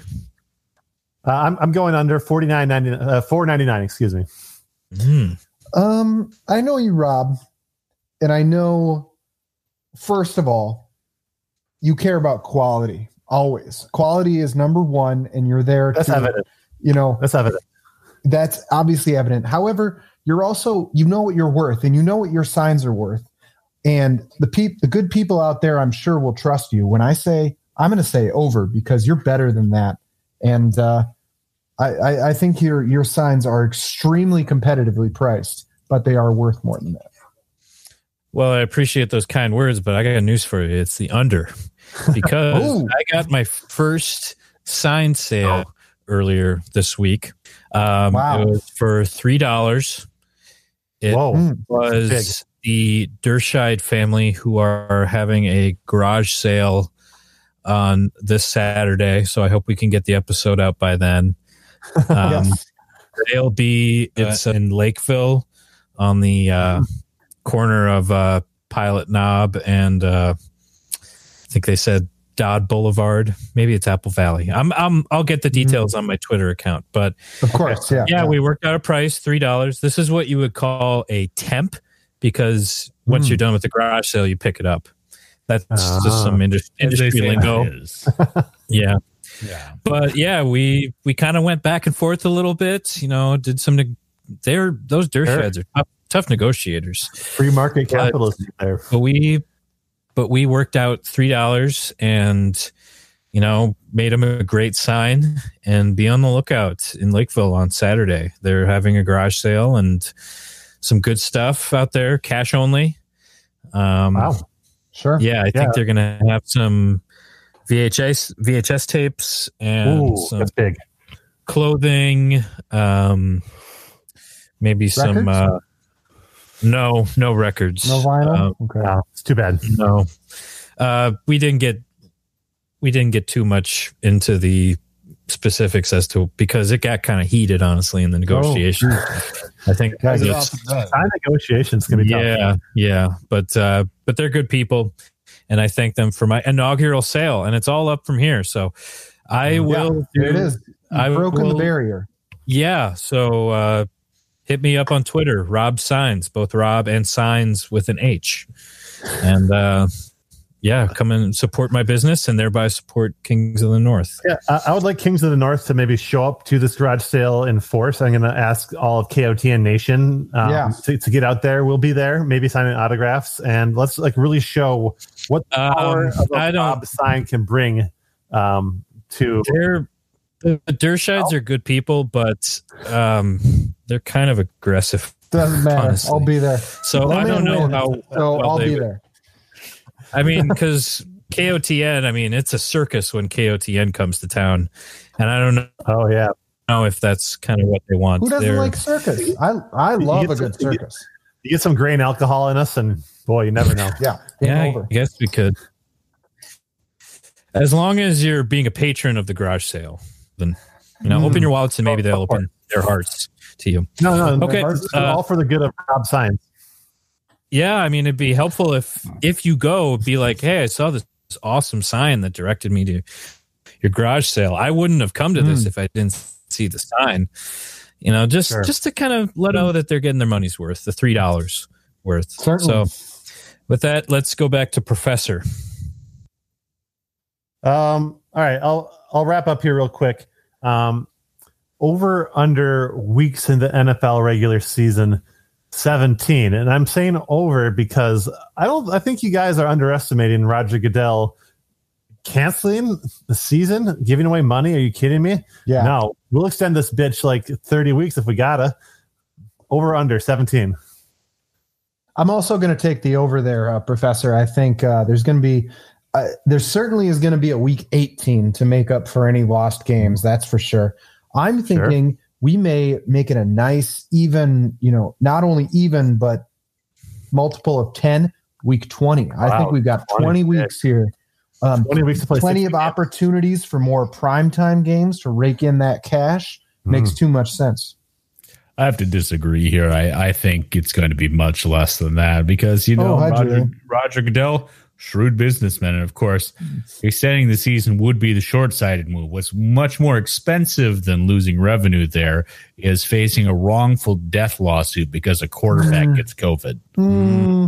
S3: Uh, I'm I'm going under forty nine ninety uh, four ninety nine. Excuse me.
S1: Hmm.
S2: um, I know you, Rob, and I know. First of all, you care about quality always. Quality is number one, and you're there.
S3: That's
S2: to,
S3: evident.
S2: You know
S3: That's evident.
S2: that's obviously evident. However, you're also you know what you're worth, and you know what your signs are worth. And the peop- the good people out there, I'm sure, will trust you. When I say I'm going to say over because you're better than that, and uh, I, I I think your your signs are extremely competitively priced, but they are worth more than that.
S1: Well, I appreciate those kind words, but I got news for you. It's the under because
S2: Ooh.
S1: I got my first sign sale earlier this week. Um,
S2: Wow.
S1: It was for three dollars. It
S3: Whoa.
S2: Mm.
S1: was the Dershide family who are having a garage sale on this Saturday. So I hope we can get the episode out by then. Um,
S2: yes.
S1: They'll be it's in Lakeville on the uh, corner of uh, Pilot Knob and uh, I think they said Dodd Boulevard. Maybe it's Apple Valley. I'm, I'm I'll get the details on my Twitter account, but
S2: Of course, yeah.
S1: yeah, we worked out a price three dollars. This is what you would call a temp because once
S2: Hmm.
S1: you're done with the garage sale, you pick it up. That's
S3: Ah.
S1: just some indus-
S4: as they
S1: industry
S4: say
S1: lingo.
S4: nowadays.
S1: Yeah,
S4: yeah.
S1: but yeah, we we kind of went back and forth a little bit. You know, did some. neg- They're those dirt
S3: Sure.
S1: sheds are tough, tough negotiators.
S3: Free market
S1: But-
S3: capitalism there.
S1: But we, but we worked out three dollars and, you know, made him a great sign. And be on the lookout in Lakeville on Saturday. They're having a garage sale and some good stuff out there, cash only. Um,
S3: Wow.
S2: Sure.
S1: Yeah, I
S3: Yeah.
S1: think they're gonna have some VHS VHS tapes and
S3: Ooh,
S1: some
S3: that's big.
S1: clothing, um, maybe some.
S2: Records?
S1: Uh, no, no records.
S2: No vinyl.
S1: Uh,
S2: okay.
S3: Wow. It's too bad.
S1: no, uh, we didn't get we didn't get too much into the specifics as to because it got kind of heated, honestly,
S3: Oh,
S1: in the negotiations. I think
S2: Yeah,
S5: It's
S1: it's-
S5: often done.
S3: Time negotiations can be tough.
S1: yeah, yeah, but uh, but they're good people, and I thank them for my inaugural sale, and it's all up from here. So I will.
S2: There it
S1: do-
S2: is. You've
S1: I
S2: broken
S1: will-
S2: the barrier.
S1: Yeah. So uh, hit me up on Twitter, Rob Signs, both Rob and Signs with an H, and uh, yeah, come and support my business, and thereby support Kings of the North.
S3: Yeah, I, I would like Kings of the North to maybe show up to this garage sale in force. I'm going to ask all of KOTN Nation um,
S2: Yeah.
S3: to, to get out there. We'll be there, maybe signing autographs, and let's like really show what the power
S1: Um,
S3: of a
S1: I don't.
S3: Bob sign can bring um, to.
S1: They're the Dershides are good people, but um, they're kind of aggressive.
S2: Doesn't matter.
S1: Honestly.
S2: I'll be there.
S1: So I
S2: Let me
S1: don't know
S2: win.
S1: how.
S2: So
S1: well
S2: I'll
S1: they
S2: be
S1: would-
S2: there.
S1: I mean, because KOTN, I mean, it's a circus when KOTN comes to town, and I don't
S3: Oh yeah,
S1: know if that's kind of what they want.
S2: Who doesn't
S1: They're-
S2: like circus? I I love a
S3: It's-
S2: good circus.
S3: you get some grain alcohol in us, and boy, you never know.
S2: Yeah. Game
S1: Yeah,
S2: over.
S1: I guess we could. As long as you're being a patron of the garage sale, then you know,
S2: Mm-hmm.
S1: open your wallets and
S2: Oh,
S1: maybe they'll open their hearts to you.
S3: No, no,
S1: Okay,
S3: ours is
S1: uh,
S3: all for the good of Bob Signs.
S1: Yeah, I mean, it'd be helpful if if you go, be like, hey, I saw this awesome sign that directed me to your garage sale. I wouldn't have come to
S2: Mm.
S1: this if I didn't see the sign. You know, just
S3: Sure.
S1: just to kind of let know that they're getting their money's worth, the three dollars worth.
S2: Certainly.
S1: So, with that, let's go back to Professor.
S3: Um, all right, I'll I'll wrap up here real quick. Um, over under weeks in the NFL regular season, seventeen, and I'm saying over because I don't. I think you guys are underestimating Roger Goodell canceling the season, giving away money. Are you kidding me?
S2: Yeah.
S3: No, we'll extend this bitch like thirty weeks if we gotta. Over under seventeen.
S2: I'm also going to take the over there, uh, Professor. I think uh, there's going to be, uh, there certainly is going to be a week 18 to make up for any lost games. That's for sure. I'm
S3: Sure.
S2: thinking we may make it a nice, even, you know, not only even, but multiple of 10, week 20. I
S3: Wow,
S2: think we've got 20,
S3: 20, yeah.
S2: weeks here. Um,
S3: Twenty weeks to play.
S2: plenty
S3: 60
S2: of
S3: games.
S2: opportunities for more primetime games to rake in that cash.
S3: Mm.
S2: Makes too much sense.
S4: I have to disagree here. I, I think it's going to be much less than that because, you know,
S2: Oh, hi,
S4: Roger,
S2: Julian.
S4: Roger Goodell, shrewd businessman. And of course, extending the season would be the short sighted move. What's much more expensive than losing revenue there is facing a wrongful death lawsuit because a quarterback gets COVID.
S1: Mm.
S2: Hmm.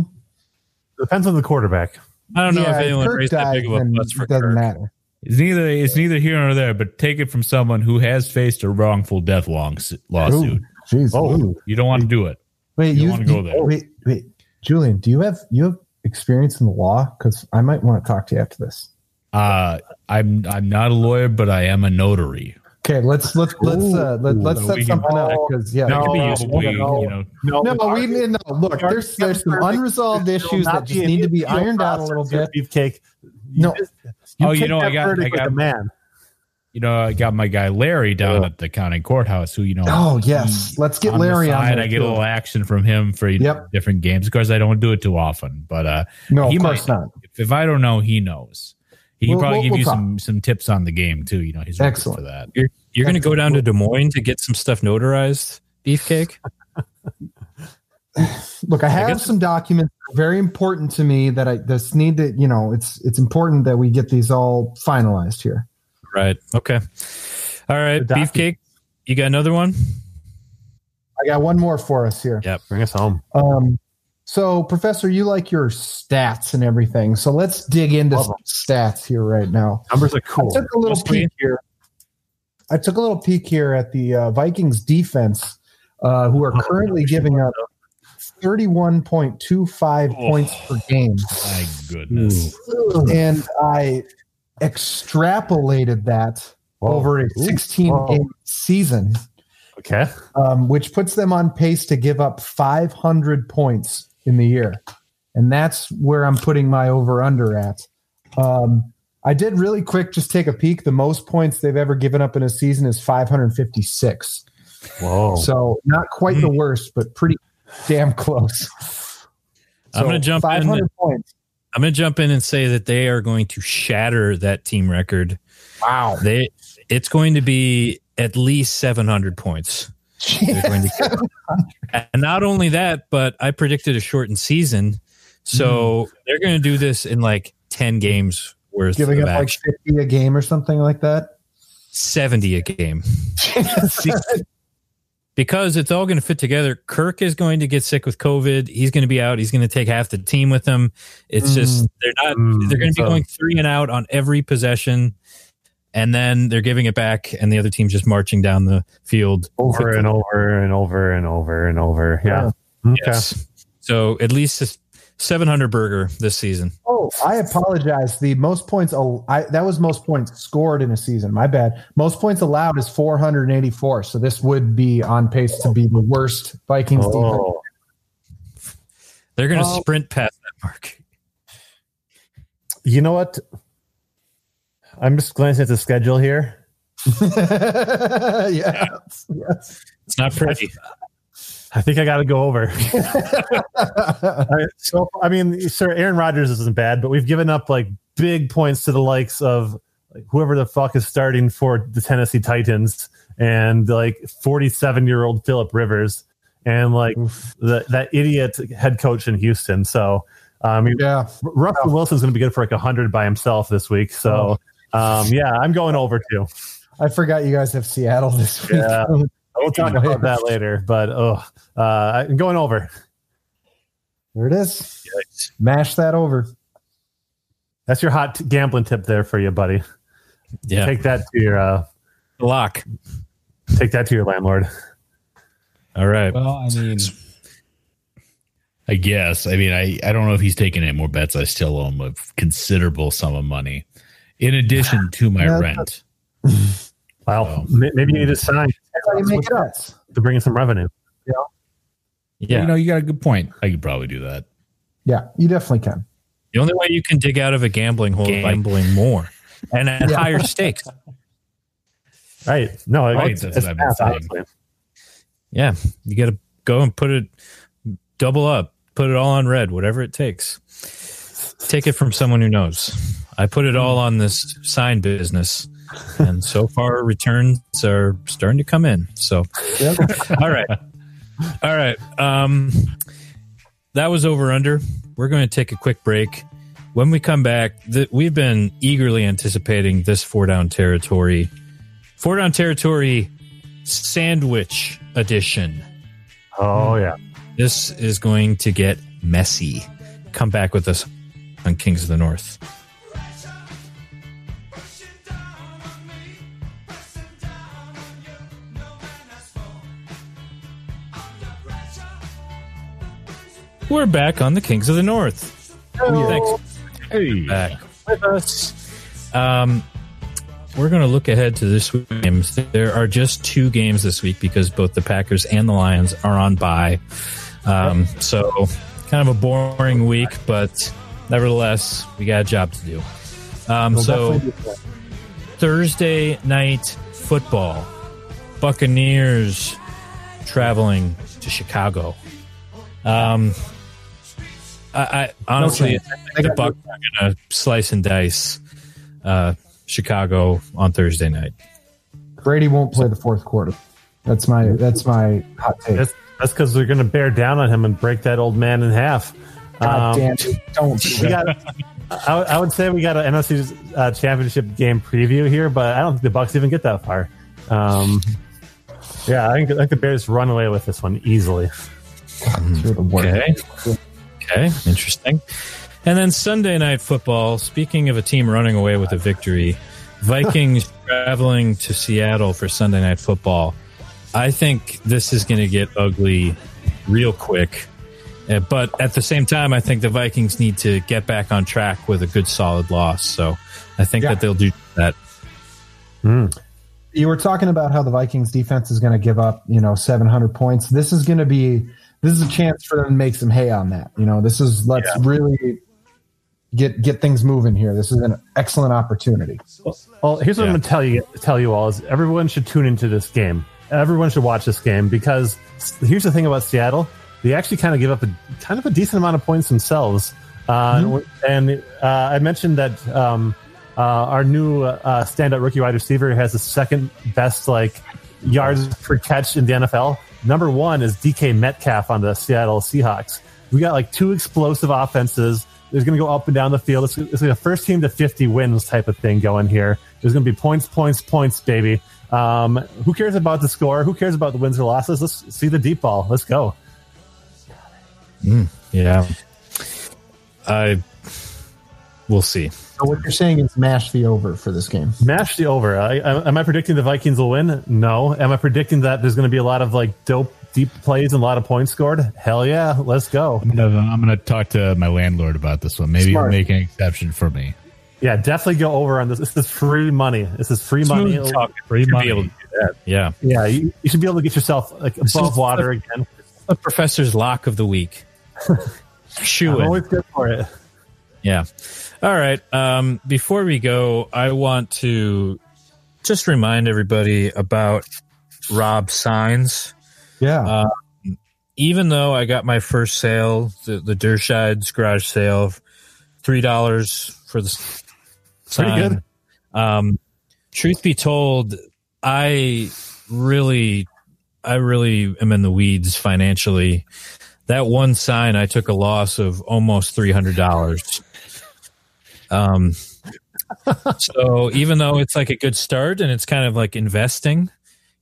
S3: Depends on the quarterback.
S1: I don't know
S2: Yeah,
S1: if anyone
S2: Kirk
S1: raised that
S2: died,
S1: big of a
S2: then
S1: fuss for
S2: it doesn't
S1: Kirk.
S2: matter.
S4: It's neither it's neither here nor there, but take it from someone who has faced a wrongful death long, lawsuit.
S2: Jeez.
S3: Oh.
S2: Ooh.
S4: You don't want to do it.
S2: Wait,
S4: You
S2: you,
S4: wanna go
S2: you-
S4: there.
S2: Wait, wait, Julian, do you have you have experience in the law? Because I might want to talk to you after this.
S4: Uh, I'm I'm not a lawyer, but I am a notary.
S2: Okay, let's let's let's uh, let, let's
S4: So we
S2: set
S4: can-
S2: something up because yeah,
S4: That could be
S3: No,
S4: useful.
S3: no, no.
S4: you know,
S2: no, but we need no. Look, there's there's some unresolved issues that just need to be ironed out a little bit.
S3: Beefcake.
S2: No.
S4: Oh, you know, I got- I got-
S3: a man.
S4: you know, I got my guy Larry down at the county courthouse, who you know.
S2: Oh yes, let's get
S4: on the
S2: Larry on.
S4: side,
S2: there,
S4: I get
S2: too.
S4: a little action from him for you know,
S2: Yep.
S4: different games. Of course, I don't do it too often, but uh,
S2: No,
S4: he
S2: of course
S4: might-
S2: not.
S4: if, if I don't know, he knows. He
S2: We'll-
S4: can probably
S2: we'll-
S4: give
S2: we'll
S4: you
S2: talk.
S4: some some tips on the game too. You know, he's really good
S2: Excellent.
S4: for that.
S1: You're, you're going to go down to Des Moines to get some stuff notarized, Beefcake?
S2: Look, I have
S1: guess-
S2: some documents that are very important to me that I just need to. You know, it's it's important that we get these all finalized here.
S1: Right. Okay. All right,
S3: The document.
S1: Beefcake, you got another one?
S2: I got one more for us here.
S3: Bring us home.
S2: Um, so, Professor, you like your stats and everything. So let's dig into
S3: Love
S2: some stats here right now.
S3: Numbers are
S2: I
S3: cool.
S2: took a little
S1: Yes, we-
S2: peek here. I took a little peek here at the uh, Vikings defense, uh, who are
S3: Oh,
S2: currently giving up 31.25
S3: Oh.
S2: points per game.
S4: My
S3: Hmm.
S4: goodness.
S2: And I extrapolated that over a 16 game season,
S3: Okay.
S2: um, which puts them on pace to give up 500 points in the year. And that's where I'm putting my over under at. Um, I did really quick just take a peek. The most points they've ever given up in a season is 556.
S3: Whoa.
S2: So not quite
S1: Mm-hmm.
S2: the worst, but pretty damn close.
S1: I'm gonna jump in
S2: 500
S1: and-
S2: points.
S1: I'm going to jump in and say that they are going to shatter that team record.
S2: Wow.
S1: They it's going to be at least 700 points. They're going to- and not only that, but I predicted a shortened season,
S2: Hmm.
S1: so they're going to do this in like 10 games worth
S2: Giving
S1: of
S2: up like
S1: action.
S2: 50 a game or something like that.
S1: 70 a game. because it's all going to fit together. Kirk is going to get sick with COVID. He's going to be out. He's going to take half the team with him. It's just they're not.
S3: Mm,
S1: they're going to be
S3: so-
S1: going three and out on every possession, and then they're giving it back, and the other team's just marching down the field.
S3: Over and over and over and over and over. Yeah. Okay.
S1: Yes. So at least seven hundred burger this season.
S2: Oh, I apologize. The most points, al- I, that was most points scored in a season. My bad. Most points allowed is 484. So this would be on pace to be the worst Vikings defense.
S3: Oh.
S1: They're going to
S2: Oh.
S1: sprint past that mark.
S3: You know what? I'm just glancing at the schedule here.
S2: yes. Yes.
S1: It's not pretty.
S3: I think I got to go over. All right, so I mean, sir, Aaron Rodgers isn't bad, but we've given up like big points to the likes of like, whoever the fuck is starting for the Tennessee Titans and like 47 year old Philip Rivers and like the, that idiot head coach in Houston. So um,
S2: yeah.
S3: Russell Wilson's going to be good for like 100 by himself this week. So um, yeah, I'm going over too.
S2: I forgot you guys have Seattle this week.
S3: Yeah. We'll talk about that later, but oh, uh, I'm going over.
S2: There it is. Mash that over.
S3: That's your hot t- gambling tip there for you, buddy.
S1: Yeah,
S3: Take that to your uh,
S1: lock.
S3: Take that to your landlord.
S1: All right.
S4: Well, I mean, I guess. I mean, I, I don't know if he's taking any more bets. I still owe him a considerable sum of money in addition to my
S2: No,
S4: rent.
S3: Wow. M- Maybe you need to sign
S2: That's how you make it up.
S3: to bring in some revenue.
S4: You
S1: Yeah.
S4: know, you got a good point. I could probably do that.
S2: Yeah, you definitely can.
S1: The only way you can dig out of a gambling hole is by gambling more and at
S2: Yeah.
S1: higher stakes.
S3: Right. No,
S4: Right,
S3: it's,
S4: that's
S3: it's
S4: what I've been
S3: math,
S4: saying.
S3: obviously.
S1: Yeah, you got to go and put it double up, put it all on red, whatever it takes. Take it from someone who knows. I put it all on this sign business, and so far returns are starting to come in. So,
S2: Yep.
S1: all right, all right. Um, that was over under. We're going to take a quick break. When we come back, th- we've been eagerly anticipating this four down territory, four down territory sandwich edition.
S3: Oh, yeah.
S1: This is going to get messy. Come back with us on Kings of the North. We're back on the Kings of the North. Thanks
S4: Hey.
S1: for back with us. Um, we're going to look ahead to this week's games. There are just two games this week because both the Packers and the Lions are on bye. Um, so kind of a boring week, but nevertheless, we got a job to do. Um,
S2: We'll
S1: so
S2: definitely do that.
S1: Thursday night football, Buccaneers traveling to Chicago. Um, I, I honestly,
S2: chance.
S1: I think the Bucs are going to slice and dice uh, Chicago on Thursday night.
S2: Brady won't play the fourth quarter. That's my that's my hot take.
S3: That's that's because they're going to bear down on him and break that old man in half.
S2: God
S3: Um,
S2: damn it. Don't do
S3: we
S2: that.
S3: got. I, I would say we got an NFC uh, championship game preview here, but I don't think the Bucks even get that far. Um, yeah, I think, I think the Bears run away with this one easily.
S2: You're the worst.
S1: Okay. Okay. Interesting. And then Sunday night football. Speaking of a team running away with a victory, Vikings traveling to Seattle for Sunday night football. I think this is going to get ugly real quick. Uh, but at the same time, I think the Vikings need to get back on track with a good solid loss. So I think
S2: Yeah.
S1: that they'll do that.
S2: you were talking about how the Vikings defense is going to give up, you know, 700 points. This is going to be this is a chance for them to make some hay on that. You know, this is let's really get get things moving here. This is an excellent opportunity.
S3: Well, here's what
S1: Yeah.
S3: I'm going to tell you tell you all is everyone should tune into this game. Everyone should watch this game because s- here's the thing about Seattle: they actually kind of give up a kind of a decent amount of points themselves. Uh, and we're- And uh, I mentioned that um, uh, our new uh, standout rookie wide receiver has the second best like yards per catch in the NFL. Number one is DK Metcalf on the Seattle Seahawks. We got like two explosive offenses. There's going to go up and down the field. It's, it's like a first team to 50 wins type of thing going here. There's going to be points, points, points, baby. Um, who cares about the score? Who cares about the wins or losses? Let's see the deep ball. Let's go.
S1: Yeah. I we'll see.
S2: So what you're saying is mash the over for this game.
S3: Mash the over. I, I, am I predicting the Vikings will win? No. Am I predicting that there's going to be a lot of like dope deep plays and a lot of points scored? Hell yeah. Let's go.
S4: I'm gonna, I'm gonna talk to my landlord about this one. Maybe
S2: Smart.
S4: he'll make an exception for me.
S3: Yeah, definitely go over on this. This is free money. This is free money.
S1: Smooth talk.
S4: Free
S1: Should be
S4: money.
S1: able to do that. Yeah.
S3: Yeah, you, you should be able to get yourself like above
S1: is-
S3: water again.
S1: A professor's lock of the week. Shoe
S3: I'm
S1: it.
S3: always good for it.
S1: Yeah. All right. Um, before we go, I want to just remind everybody about Rob Signs.
S2: Yeah.
S1: Even though I got my first sale, the, the Dershide's garage sale, three dollars for the s-
S3: Pretty
S1: sign.
S3: good.
S1: Um, truth be told, I really, I really am in the weeds financially. That one sign, I took a loss of almost three hundred dollars. Um, so even though it's like a good start and it's kind of like investing,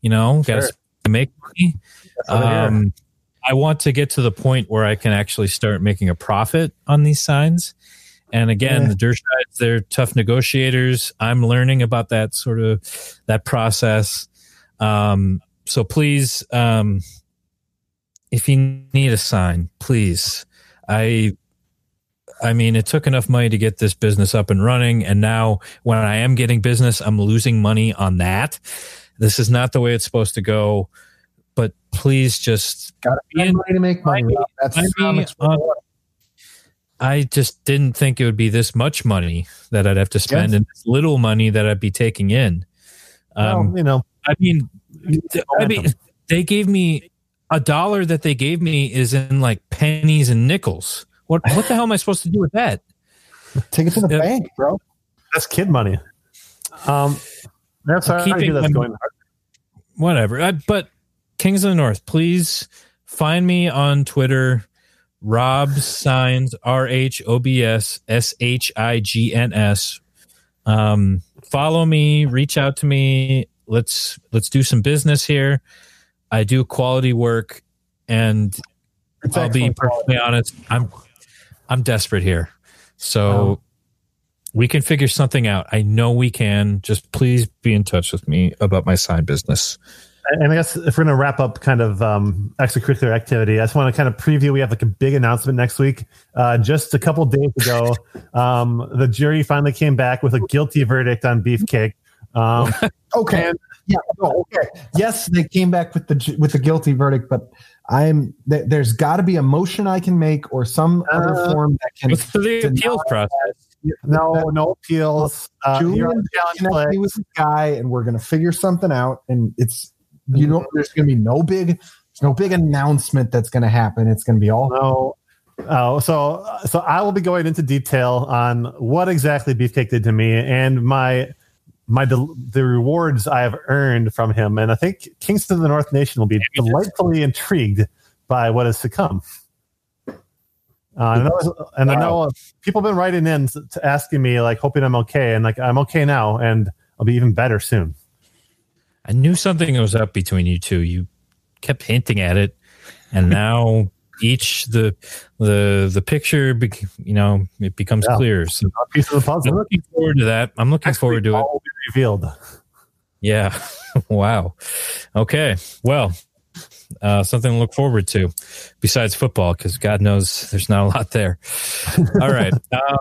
S1: you know, got
S3: Sure.
S1: to make money.
S3: over here.
S1: Um, I want to get to the point where I can actually start making a profit on these signs. And again,
S2: Yeah.
S1: the Dershides, they're tough negotiators. I'm learning about that sort of that process. Um, so please, um, if you need a sign, please. I, I mean, it took enough money to get this business up and running, and now when I am getting business, I'm losing money on that. This is not the way it's supposed to go. But please, just
S2: Got to find
S1: Ian,
S2: money to make money.
S1: Mikey,
S2: Rob. That's
S1: Mikey,
S2: economics
S1: uh,
S2: 101.
S1: I just didn't think it would be this much money that I'd have to spend
S2: Yes.
S1: and this little money that I'd be taking in. Um,
S3: well, you know,
S1: I mean, th- I mean,
S3: Momentum.
S1: they gave me a dollar that they gave me is in like pennies and nickels. What what the hell am I supposed to do with that?
S2: Take it to the
S1: yeah.
S2: bank, bro.
S3: that's kid money. Um, that's
S1: I'm
S3: how I
S1: keeping
S3: that's
S1: my-
S3: going.
S1: Whatever. I, but Kings of the North, please find me on Twitter. Rob signs R H O B S S H I G N S. Um, follow me. Reach out to me. Let's let's do some business here. I do quality work, and
S2: It's
S1: I'll be
S2: excellent.
S1: perfectly honest. I'm I'm desperate here. So
S2: Oh.
S1: we can figure something out. I know we can. Just please be in touch with me about my sign business.
S3: And I guess if we're going to wrap up kind of um, extracurricular activity, I just want to kind of preview. We have like a big announcement next week. Uh, just a couple days ago, um, the jury finally came back with a guilty verdict on Beefcake. Um,
S2: Okay.
S3: And-
S2: yeah. No, okay. Yes, they came back with the ju- with the guilty verdict, but I'm th- there's got to be a motion I can make or some other
S3: Uh,
S2: form that can.
S1: What's the appeals process?
S3: no, no appeals. Uh, you're on
S2: Julian
S3: challenge play.
S2: connect me with this guy, and we're gonna figure something out. And it's you know there's gonna be no big there's no big announcement that's gonna happen. It's gonna be all
S3: No. Oh, so so I will be going into detail on what exactly Beefcake did to me and my my del- the rewards I have earned from him, and I think Kingston of the North Nation will be delightfully intrigued by what is to come. Uh, and I know, and I know people have been writing in to, to asking me, like, hoping I'm okay, and like I'm okay now, and I'll be even better soon.
S1: I knew something was up between you two. You kept hinting at it, and now each the the the picture, bec- you know, it becomes
S3: Yeah.
S1: clearer. So
S3: A piece of the
S1: I'm
S3: puzzle.
S1: looking forward to that. I'm looking forward to it.
S3: All will be revealed.
S1: Yeah. wow. Okay. Well, uh, something to look forward to besides football, because God knows there's not a lot there. All right. Um,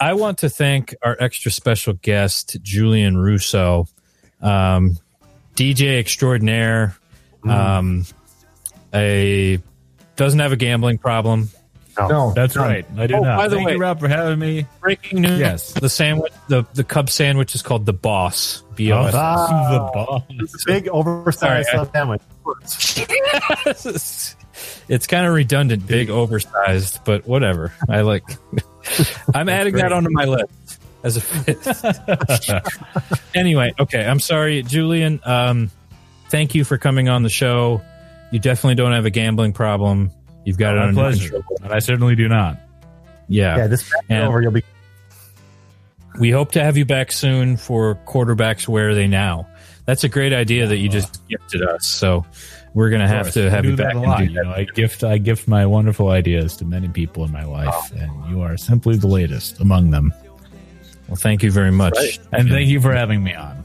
S1: I want to thank our extra special guest, Julian Russo, um, DJ extraordinaire. Um, a doesn't have a gambling problem.
S2: No,
S4: That's right. I do
S1: Oh,
S4: not.
S1: by the
S4: Thank
S1: way-
S4: you, Rob, for having me.
S1: Breaking news:
S4: Yes.
S1: the sandwich, the the Cub sandwich is called the Boss. B O S.
S3: Ah.
S4: The boss.
S3: Big oversized
S1: Sorry, I-
S3: sandwich.
S1: it's kind of redundant, big, oversized, but whatever. I like. I'm adding that onto my list as a fifth. anyway, okay. I'm sorry, Julian. Um, thank you for coming on the show. You definitely don't have a gambling problem. You've got it
S4: My
S1: under
S4: pleasure.
S1: control.
S4: And I certainly do not.
S1: Yeah.
S3: Yeah, this
S1: And-
S3: over. You'll be
S1: We hope to have you back soon for quarterbacks. Where are they now? That's a great idea that you
S4: Uh-huh.
S1: just gifted us. So we're gonna have to
S4: I
S1: have
S4: do
S1: you
S4: that
S1: back.
S4: a
S1: and
S4: lot.
S1: do
S4: You know, I gift I gift my wonderful ideas to many people in my life, and you are simply the latest among them.
S1: Well, thank you very much.
S4: And thank you for having me on.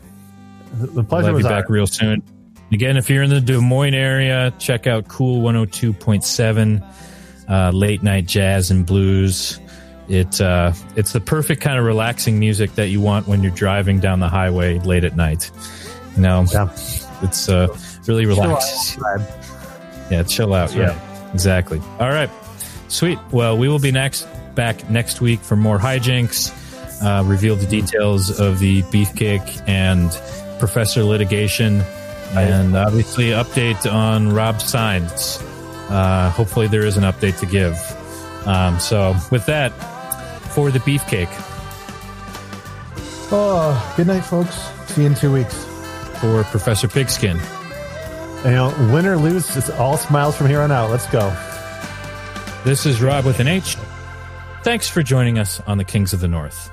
S3: the
S1: We'll
S3: pleasure
S1: have you
S3: was
S1: back
S3: ours.
S1: real soon. Again, if you're in the Des Moines area, check out Cool 102.7, uh, late night jazz and blues. It uh, it's the perfect kind of relaxing music that you want when you're driving down the highway late at night. You know,
S3: Yeah.
S1: it's uh, really relaxes. Yeah, chill out.
S3: That's
S1: Yeah, exactly. All right, sweet. Well, we will be next back next week for more hijinks. Uh, reveal the details of the beefcake and Professor litigation, and obviously update on Rob Sines. Uh, hopefully, there is an update to give. Um, so, with that, for the beefcake,
S2: Oh, good night, folks. See you in two weeks.
S1: for Professor Pigskin,
S3: You know, win or lose, it's all smiles from here on out. Let's go.
S1: this is Rob with an H. Thanks for joining us on the Kings of the North.